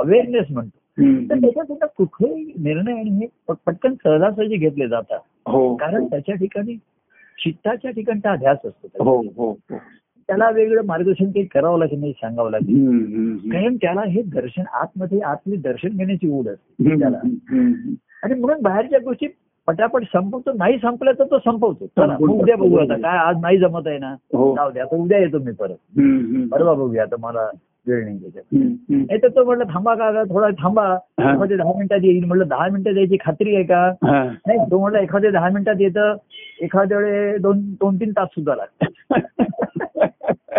A: अवेअरनेस म्हणतो तर
B: हम्म.
A: त्याच्यात सुद्धा कुठलेही निर्णय आणि हे पट- पटकन सहजासहजी घेतले जातात
B: हो
A: कारण त्याच्या ठिकाणी चित्ताच्या ठिकाणचा अभ्यास असतो
B: हो हो हो.
A: त्याला वेगळं मार्गदर्शन काही करावं लागेल नाही सांगावं लागेल
B: हम्म. हम्म.
A: कारण त्याला हे दर्शन आतमध्ये आतली दर्शन घेण्याची ओढ असते
B: हम्म.
A: त्याला
B: हम्म.
A: आणि म्हणून बाहेरच्या गोष्टी पटापट संपवतो नाही संपला तर तो संपवतो चला मग उद्या बघू आता काय आज नाही जमत आहे ना
B: हो
A: जाऊ द्या आता उद्या येतो मी परत
B: हम्म. हम्म.
A: परवा बघूया आता मला वेळ नाही त्याच्यात
B: हम्म. हम्म.
A: नाही तर तो म्हटलं थांबा का थोडा थांबा
B: हा.
A: एखाद्या दहा मिनिटात येईल म्हटलं दहा मिनिटात यायची खात्री आहे का
B: हा.
A: नाही तो म्हटलं एखाद्या दहा मिनिटात येतं एखाद्या वेळे दोन दोन तीन तास सुद्धा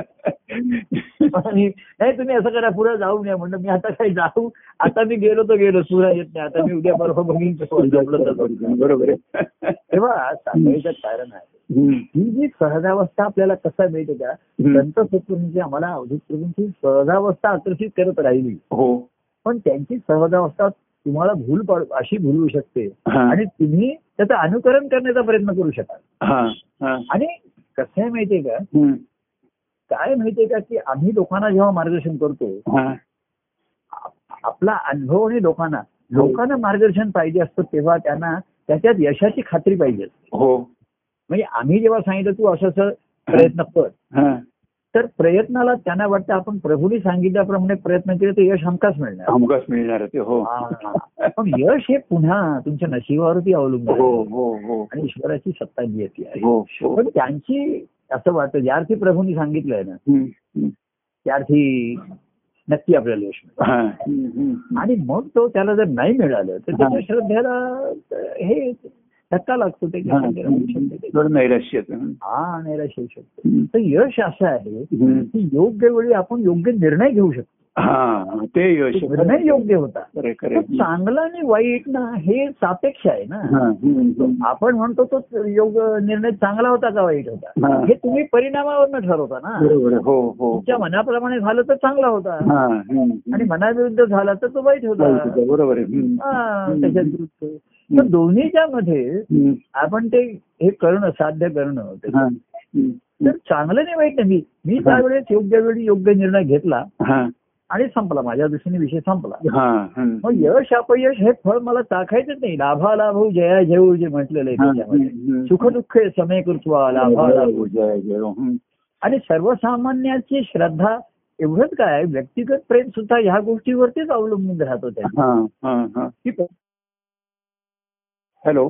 A: लागतात आणि नाही तुम्ही असं करा पुढे जाऊ नये म्हणलं मी आता काही जाऊ आता मी गेलो तर गेलो सुरा येत नाही आता मी उद्या बरोबर बघीन कसं जमलं तर बघीन.
B: बरोबर आहे
A: तेव्हा सांगायचं कारण आहे
B: हम्म.
A: ही जी सहजावस्था आपल्याला कसा मिळते का
B: हम्म.
A: संत सत्व म्हणजे आम्हाला अवधूत प्रभूंची सहजावस्था आकर्षित करत राहिली
B: हो
A: पण त्यांची सहजावस्था तुम्हाला भूल पाड अशी भूलवू शकते
B: हा.
A: आणि तुम्ही त्याचं अनुकरण करण्याचा प्रयत्न करू शकाल
B: हा. हा.
A: आणि कसं आहे माहितीये का
B: हम्म.
A: काय माहितीये का की आम्ही लोकांना जेव्हा मार्गदर्शन करतो
B: हा.
A: आप- आपला अनुभव आणि लोकांना
B: हो.
A: लोकांना मार्गदर्शन पाहिजे असतं तेव्हा त्यांना त्याच्यात यशाची खात्री पाहिजे असते.
B: हो
A: म्हणजे आम्ही जेव्हा सांगितलं तू असं असं प्रयत्न कर
B: हा.
A: तर प्रयत्नाला त्यांना वाटतं आपण प्रभूने सांगितल्याप्रमाणे प्रयत्न केले तर यश हमखास मिळणार
B: हमखास मिळणार ते हो
A: हा. पण यश हे पुन्हा तुमच्या नशिबावरती अवलंबून
B: हो
A: आहे.
B: हो हो
A: आणि ईश्वराची सत्ता जी आहे ती आहे
B: हो हो
A: पण त्यांची असं वाटतं ज्या अर्थी प्रभूंनी सांगितलंय ना
B: हम्म. हम्म.
A: त्या अर्थी नक्की आपल्याला यश मिळेल
B: हा. हम्म, हम्म.
A: आणि मग तो त्याला जर नाही मिळालं तर
B: हा.
A: त्याच्या श्रद्धेला अं, हे धक्का लागतो ते
B: हा.
A: श्रद्धेला विषम येते.
B: थोडं नैराश्य येतं.
A: हा नैराश येऊ शकतो
B: हम्म.
A: तर यश असं आहे
B: हम्म.
A: की योग्य वेळी आपण योग्य निर्णय घेऊ शकतो
B: हा ते यश
A: निर्णय योग्य होता
B: खरे
A: तर चांगला आणि वाईट ना हे सापेक्ष आहे ना आपण म्हणतो तो योग निर्णय चांगला होता का वाईट होता
B: हा.
A: हे तुम्ही परिणामावरनं ठरवता ना
B: बरोबर हो हो
A: तुमच्या मनाप्रमाणे झालं तर चांगला होता
B: हा, हम्म,
A: आणि मनाविरुद्ध झाला तर तो वाईट होता
B: हम्म. बरोबर आहे हम्म.
A: हा, त्याच्यात दुरुस्त. तर दोन्हीच्या मध्ये
B: हम्म.
A: आपण ते हे करणं साध्य करणं
B: हा. हम्म.
A: तर चांगलं नाही वाईट नाही मी मी त्यावेळेस योग्य वेळी योग्य निर्णय घेतला
B: हा.
A: आणि संपला माझ्या दृष्टीने विषय संपला
B: हा, हम्म.
A: मग यश अपयश हे फळ मला चाखायचंच नाही लाभा लाभू जया जयू जे म्हटलेलं आहे
B: हा,
A: त्याच्यामध्ये
B: हम्म.
A: सुख दुःख समे कृत्वा लाभा लाभू
B: जय, जय. हम्म.
A: आणि सर्वसामान्याची श्रद्धा एवढंच काय व्यक्तिगत प्रेम सुद्धा ह्या गोष्टीवरतीच अवलंबून राहतो त्या
B: हा, हा, हा. हॅलो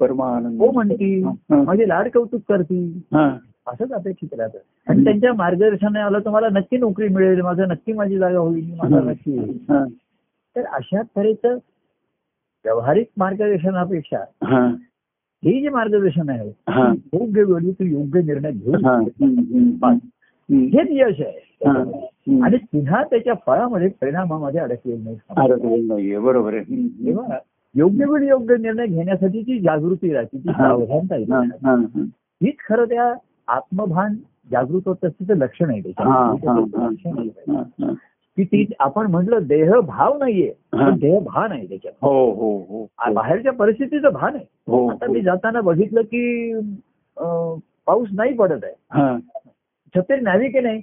B: परमानंद
A: हो म्हणती
B: हा.
A: माझे लाड कौतुक करती
B: हा.
A: असंच अपेक्षित राहतं आणि त्यांच्या मार्गदर्शनाला तुम्हाला नक्की नोकरी मिळेल माझं नक्की माझी जागा होईल माझा नक्की होईल.
B: हा.
A: तर अशा तऱ्हेचं व्यावहारिक मार्गदर्शनापेक्षा
B: हा.
A: हे जे मार्गदर्शन आहे
B: हा.
A: योग्य वेळी तू योग्य निर्णय घेऊ
B: हा. हम्म, हम्म.
A: बस.
B: हम्म.
A: हेच यश
B: हा.
A: आहे
B: हम्म.
A: आणि पुन्हा त्याच्या फळामध्ये परिणामामध्ये अडकलेलं नाही
B: अरे काही नाहीये बरोबर आहे हम्म.
A: तेव्हा योग्य वेळी योग्य निर्णय घेण्यासाठी जी जागृती राहते ती
B: हा.
A: सावधानता
B: हा,
A: येते
B: हा, हा.
A: हीच खरं त्या आत्मभान जागृत होत असल्याचं लक्षण आहे
B: हा, हा,
A: त्याच्यामध्ये.
B: हा.
A: लक्षण आहे.
B: हा, हा.
A: की ती आपण म्हटलं देह भाव नाहीये
B: हा.
A: पण देह भान आहे त्याच्यात
B: हो हो हो
A: आ- बाहेरच्या परिस्थितीचं भान आहे
B: हो
A: आता मी जाताना बघितलं की अं, पाऊस नाही पडत आहे
B: हा.
A: छत्री न्यावी की नाही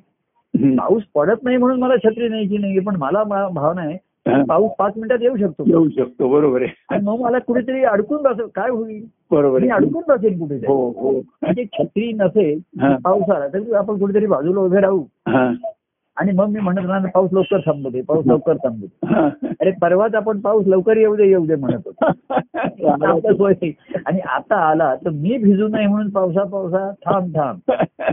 B: हम्म.
A: पाऊस पडत नाही म्हणून मला छत्री न्यायची नाही पण मला मा- भावना आहे
B: हा.
A: पाऊस पाच मिनिटात येऊ शकतो
B: येऊ शकतो बरोबर आहे
A: आणि मग मला कुठेतरी अडकून बसेल काय होईल
B: बरोबर
A: मी
B: आहे
A: अडकून बसेल कुठेतरी
B: हो हो
A: म्हणजे छत्री नसेल
B: हा.
A: पाऊस आला तरी आपण कुठेतरी बाजूला उभे राहू
B: हा.
A: आणि मग मी म्हणत राहणार पाऊस लवकर थांबू दे
B: हो.
A: पाऊस लवकर थांबू दे
B: हा.
A: अरे परवाच आपण पाऊस लवकर येऊ दे येऊ दे म्हणत होतो आता सोय नाही. आणि आता आला तर मी भिजू नाही म्हणून पावसा पावसा थांब थांब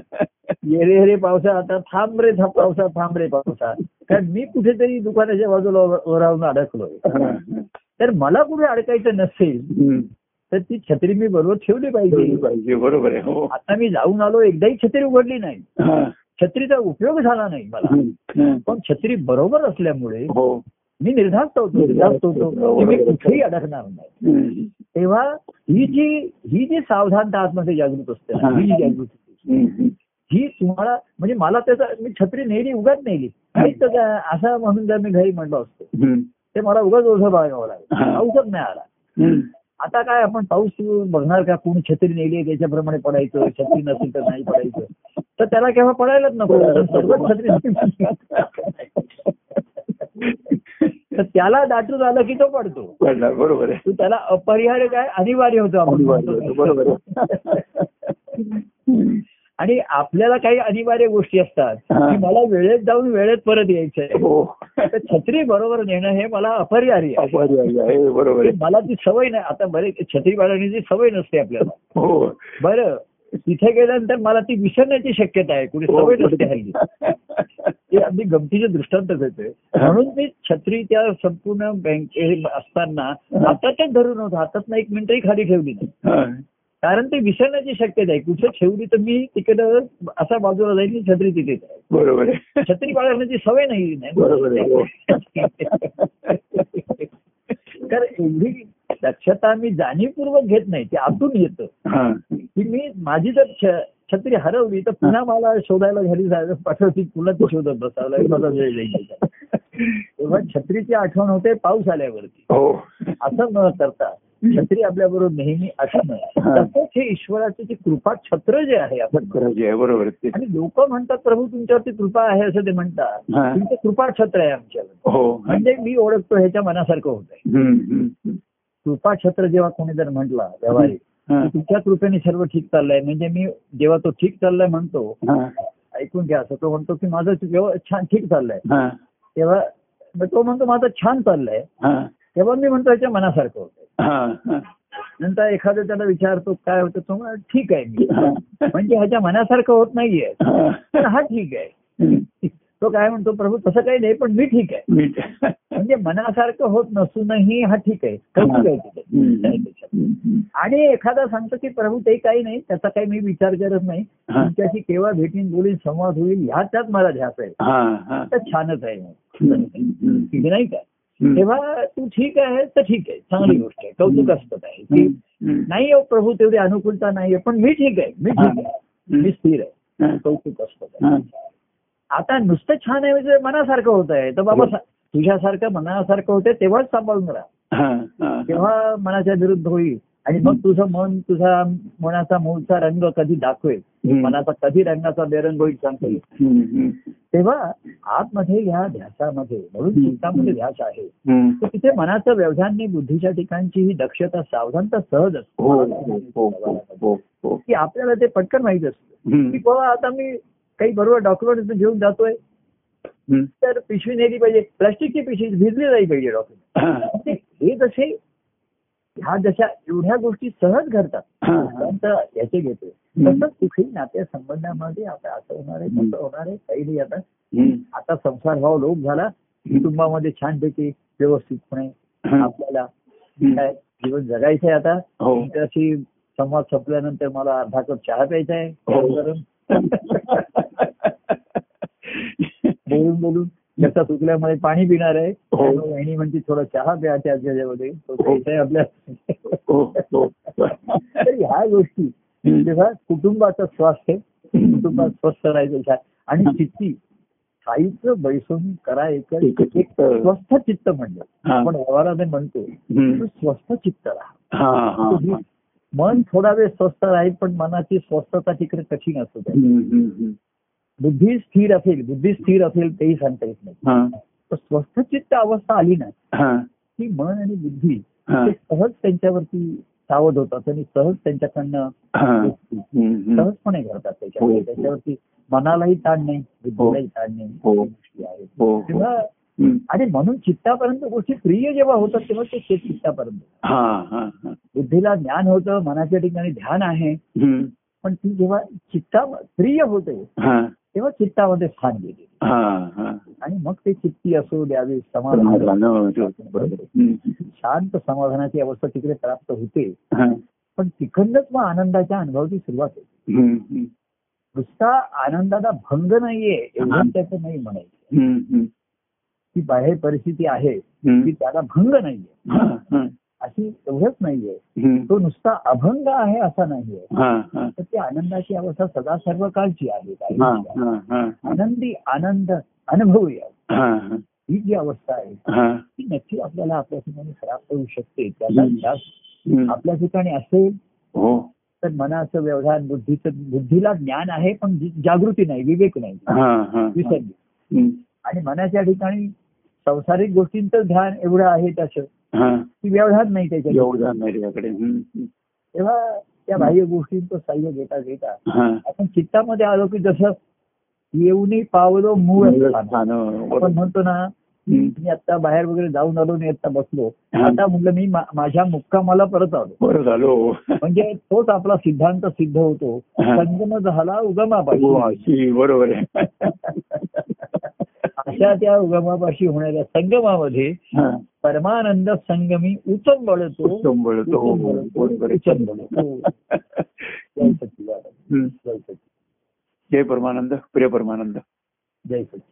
A: ये रे रे पावसा आता थांब रे था पावसा थांब रे पावसा कारण मी कुठेतरी दुकानाच्या बाजूला ओर- ओरावून अडकलोय तर मला कुठे अडकायचं नसेल
B: हम्म.
A: तर ती छत्री मी बरोबर ठेवली
B: ठेवली
A: पाहिजे
B: पाहिजे बरोबर आहे हो
A: आता मी जाऊन आलो एकदाही छत्री उघडली नाही
B: हा.
A: छत्रीचा उपयोग झाला नाही मला
B: हम्म.
A: पण छत्री बरोबर असल्यामुळे
B: हो
A: मी निर्धास्त होतो निर्धास्त होतो की मी कुठेही अडकणार नाही
B: हम्म.
A: तेव्हा ही जी ही जी सावधानता आतमध्ये जागृत असते ना, ही जी जागृती
B: हम्म.
A: ही तुम्हाला म्हणजे मला त्याचा मी छत्री नेली उगाच नेली काहीच त्याचा- असं म्हणून जर मी घरी म्हणलो असतो
B: हम्म.
A: ते मला उगाच ओझं बघावं लागलं
B: हा.
A: पाऊसच नाही आला
B: हम्म.
A: आता काय आपण पाऊस बघणार का कोणी छत्री नेली त्याच्याप्रमाणे पडायचं छत्री नसेल तर नाही पडायचं तर त्याला केव्हा पडायलाच नको कारण सर्वच छत्री तर त्याला दाटून आलं की तो पडतो
B: पडला बरोबर आहे
A: तो त्याला अपरिहार्य काय अनिवार्य होतो आपण म्हणतो.
B: बरोबर आहे हम्म.
A: आणि आपल्याला काही अनिवार्य गोष्टी असतात
B: हा.
A: की मला वेळेत जाऊन वेळेत परत यायचंय
B: हो
A: तर छत्री बरोबर नेणं हे मला अपरिहार्य आहे.
B: अपरिहार्य आहे बरोबर आहे
A: मला ती सवय नाही आता बरे छत्री बाळगण्याची सवय नसते आपल्याला
B: हो
A: बरं तिथे गेल्यानंतर मला ती विसरण्याची शक्यता आहे
B: हो,
A: कुणी सवय नसते हल्ली ते अगदी गमतीचे दृष्टांत देतोय म्हणून मी छत्री त्या संपूर्ण बँके असताना हातातच धरून होतो हातात एक मिनिटही खाली ठेवली नाही
B: हो.
A: कारण ते विसरण्याची शक्यता आहे कुठे ठेवली तर मी तिकडं असा बाजूला जाईल की छत्री तिथे जाईल.
B: बरोबर आहे
A: छत्री बाळगण्याची सवय नाही नाही.
B: बरोबर आहे, हो.
A: तर एवढी दक्षता मी जाणीवपूर्वक घेत नाही ते आतून येतं
B: हा.
A: की मी माझी जर छ- छत्री हरवली तर पुन्हा मला शोधायला घरी जायला पाठवतील पुन्हा ते शोधत बसावं लागेल मला वेळ जाईल त्याच्यात. तेव्हा छत्रीची आठवण होते पाऊस आल्यावरती
B: हो
A: असं न करता छत्री आपल्याबरोबर नेहमी असणं तसंच हे ईश्वराची जी कृपा छत्र जे आहे आपण
B: खरंच आहे बरोबर आहे ते
A: आणि लोक म्हणतात प्रभू तुमच्यावरती कृपा आहे असं ते म्हणतात
B: हा.
A: तुमचं कृपा छत्र आहे आमच्यावर
B: हो
A: म्हणजे मी ओळखतो ह्याच्या मनासारखं होत आहे
B: हम्म, हम्म.
A: कृपा छत्र जेव्हा कोणी जर म्हटला व्यवहारिक
B: हा.
A: की तुमच्या कृपेने सर्व ठीक चाललंय म्हणजे मी जेव्हा तो ठीक चाललाय म्हणतो
B: हा.
A: ऐकून घ्या असं तो म्हणतो की माझं जेव्हा छान ठीक चाललंय
B: हा.
A: तेव्हा मग तो म्हणतो माझं छान चाललंय
B: हा.
A: तेव्हा मी म्हणतो याच्या मनासारखं होतं
B: हा. हा.
A: नंतर एखादं त्याला विचारतो काय होतं तो म्हणतो, ठीक आहे मी
B: हा.
A: म्हणजे ह्याच्या मनासारखं होत नाहीये
B: हा.
A: पण हा ठीक आहे
B: हम्म.
A: तो काय म्हणतो प्रभू तसं काही नाही पण मी ठीक आहे
B: मी
A: म्हणजे मनासारखं होत नसूनही हा ठीक आहे कौतुक आहे तिथे. नाही त्याच्यात. आणि एखादा सांगतो की प्रभू ते काही नाही त्याचा काही मी विचार करत नाही
B: हा.
A: तुमच्याशी केव्हा भेटीन बोलीन संवाद होईल ह्याच्यात मला ध्यास आहे
B: हा हा
A: तर छानच आहे मग.
B: हम्म.
A: ठीक नाही का तेव्हा तू ठीक आहे तर ठीक आहे चांगली गोष्ट आहे कौतुकास्पद आहे की
B: हम्म.
A: नाही हो प्रभू तेवढी अनुकूलता नाहीये पण मी ठीक आहे मी ठीक आहे मी स्थिर आहे
B: हम्म.
A: कौतुकास्पद आहे
B: हा.
A: आता नुसतं छान आहे म्हणजे मनासारखं होत आहे तर बाबा सा- तुझ्यासारखं मनासारखं होते तेव्हाच सांभाळून राहा
B: हो. हा. हा.
A: तेव्हा मनाच्या विरुद्ध होईल आणि मग तुझं मन तुझा मनाचा मूळचा रंग कधी दाखवेल
B: हम्म.
A: मनाचा कधी रंगाचा बेरंग होईल सांगता येईल
B: हम्म. हम्म.
A: तेव्हा आतमध्ये या ध्यासामध्ये म्हणून
B: हम्म.
A: चित्तामध्ये ध्यास आहे
B: हम्म.
A: तर तिथे मनाचं व्यवधाननी बुद्धीच्या ठिकाणची ही दक्षता सावधानता सहज
B: हो
A: असते
B: हो हो हो हो हो
A: की आपल्याला ते पटकन माहित असतं की
B: हम्म.
A: बाबा आता मी काही बरोबर डॉक्युमेंट घेऊन जातोय
B: हम्म.
A: तर पिशवी नेली पाहिजे प्लास्टिकची पिशवी भिजली नाही पाहिजे डॉक्युमेंट
B: हा.
A: ते हे जसे ह्या जशा एवढ्या गोष्टी सहज घडतात
B: हा.
A: सिद्धांत याचे घेतोय
B: हम्म.
A: तसंच कुठेही नात्या संबंधामध्ये आता असं होणार आहे तसं होणार आहे काही नाही आता
B: हम्म.
A: आता संसार भाव लोप झाला कुटुंबामध्ये छानपैकी व्यवस्थितपणे
B: हा.
A: आपल्याला
B: हम्म.
A: काय जीवन जगायचं आहे आता
B: हो.
A: तुमच्याशी संवाद संपल्यानंतर मला अर्धा कप चहा प्यायचा आहे
B: हो.
A: गरम बोलून बोलून लक्षात चुकल्यामुळे पाणी पिणार आहे
B: हो.
A: त्यामुळे वहिनी म्हणजे थोडा चहा प्या त्या त्याच्यामध्ये तो
B: हो.
A: प्यायचा आहे आपल्या
B: हो, हो.
A: तर ह्या गोष्टी
B: हम्म.
A: तेव्हा कुटुंबाचं स्वास्थ्य कुटुंबात स्वस्थ राहायचं छान. आणि चित्ती साईचं बैसून करा एक
B: एकच
A: एक
B: चित्त.
A: स्वस्थ चित्त म्हणजे
B: हा.
A: आपण व्यवहाराने म्हणतो
B: हम्म.
A: तू स्वस्थ चित्त राहा
B: हा, हा, हा.
A: मन थोडा वेळ स्वस्थ राहील पण मनाची स्वस्थता तिकडे कठीण असू द्या
B: हम्म, हम्म, हम्म.
A: बुद्धी स्थिर असेल बुद्धी स्थिर असेल तेही सांगता येत नाही
B: हा,
A: तर स्वस्थ चित्त अवस्था आली ना
B: हा,
A: की मन आणि बुद्धी
B: हा,
A: ते सहज त्यांच्यावरती सावध होतात आणि सहज त्यांच्याकडनं
B: हा.
A: गोष्टी
B: हम्म, हम्म.
A: सहजपणे घडतात
B: हो.
A: त्याच्यामध्ये त्याच्यावरती मनालाही ताण नाही बुद्धीलाही ताण नाही
B: हो.
A: या गोष्टी आहेत.
B: हो, हो.
A: तेव्हा
B: हम्म.
A: आणि म्हणून चित्तापर्यंत गोष्टी प्रिय जेव्हा होतात तेव्हा ते चित- चित्तापर्यंत
B: हा, हा, हा.
A: बुद्धीला ज्ञान होतं मनाच्या ठिकाणी ध्यान आहे
B: हम्म.
A: पण ती जेव्हा चित्ता प्रिय होते
B: हा,
A: तेव्हा चित्तामध्ये स्थान घेते
B: हा, हा.
A: आणि मग ते चित्ती असो द्यावी समाधान
B: समाधान होतं. बरोबर. हम्म.
A: शांत समाधानाची अवस्था तिकडे प्राप्त होते
B: हा.
A: पण तिकडनंच मग आनंदाच्या अनुभवाची सुरुवात होते
B: हम्म, हम्म.
A: नुसता आनंदाला भंग नाहीये
B: हा.
A: एवढं त्याचं नाही म्हणायचं
B: हम्म, हम्म.
A: ती बाहेर परिस्थिती आहे
B: हम्म.
A: की त्याला भंग नाहीये
B: हा, हा.
A: अशी एवढंच नाहीये
B: हम्म.
A: तो नुसता अभंग आहे असा नाहीये
B: हा, हा.
A: तर ती आनंदाची अवस्था सदा सर्व काळची आहे
B: हा,
A: आयुष्यात.
B: हा, हा.
A: आनंदी आनंद अनुभवूया
B: हा, हा.
A: ही जी अवस्था आहे
B: हा.
A: ती नक्की आपल्याला आपल्या ठिकाणी प्राप्त होऊ शकते त्याला
B: हम्म.
A: जास्त
B: हम्म.
A: आपल्या ठिकाणी असेल
B: हो
A: तर मनाचं व्यवधान बुद्धीचं बुद्धीला ज्ञान आहे पण जी- जागृती नाही विवेक नाही
B: हा, हा.
A: विसरली
B: हम्म.
A: आणि मनाच्या ठिकाणी संसारिक गोष्टींचं ध्यान एवढं आहे त्याचं
B: हा.
A: की व्यवधान नाही त्याच्या
B: योगदान नाही याकडे हम्म.
A: तेव्हा त्या बाह्य गोष्टींचं सहाय्य घेता घेता
B: हा.
A: आपण चित्तामध्ये आलो की जसं येऊनी पावलो मूळ स्थान.
B: स्थानं.
A: आपण म्हणतो ना
B: हम्म.
A: मी आता बाहेर वगैरे जाऊन आलो मी आता बसलो
B: हा.
A: आता म्हटलं मी मा- माझ्या मुक्कामाला परत आलो
B: बरं झालो
A: म्हणजे तोच आपला सिद्धांत सिद्ध होतो
B: हा.
A: संगम झाला
B: हो,
A: उगमापाशी
B: अशी बरोबर आहे
A: अशा त्या उगमापाशी होणाऱ्या संगमामध्ये
B: हा.
A: परमानंद संगमी उचम बळतो
B: उत्तम बोलतो हो, हो, बरोबर आहे.
A: उचम बळतो. जय सच्चिदानंद
B: हम्म.
A: जय सच्चिदानंद
B: जय परमानंद प्रिय परमानंद
A: जय सच्चिदानंद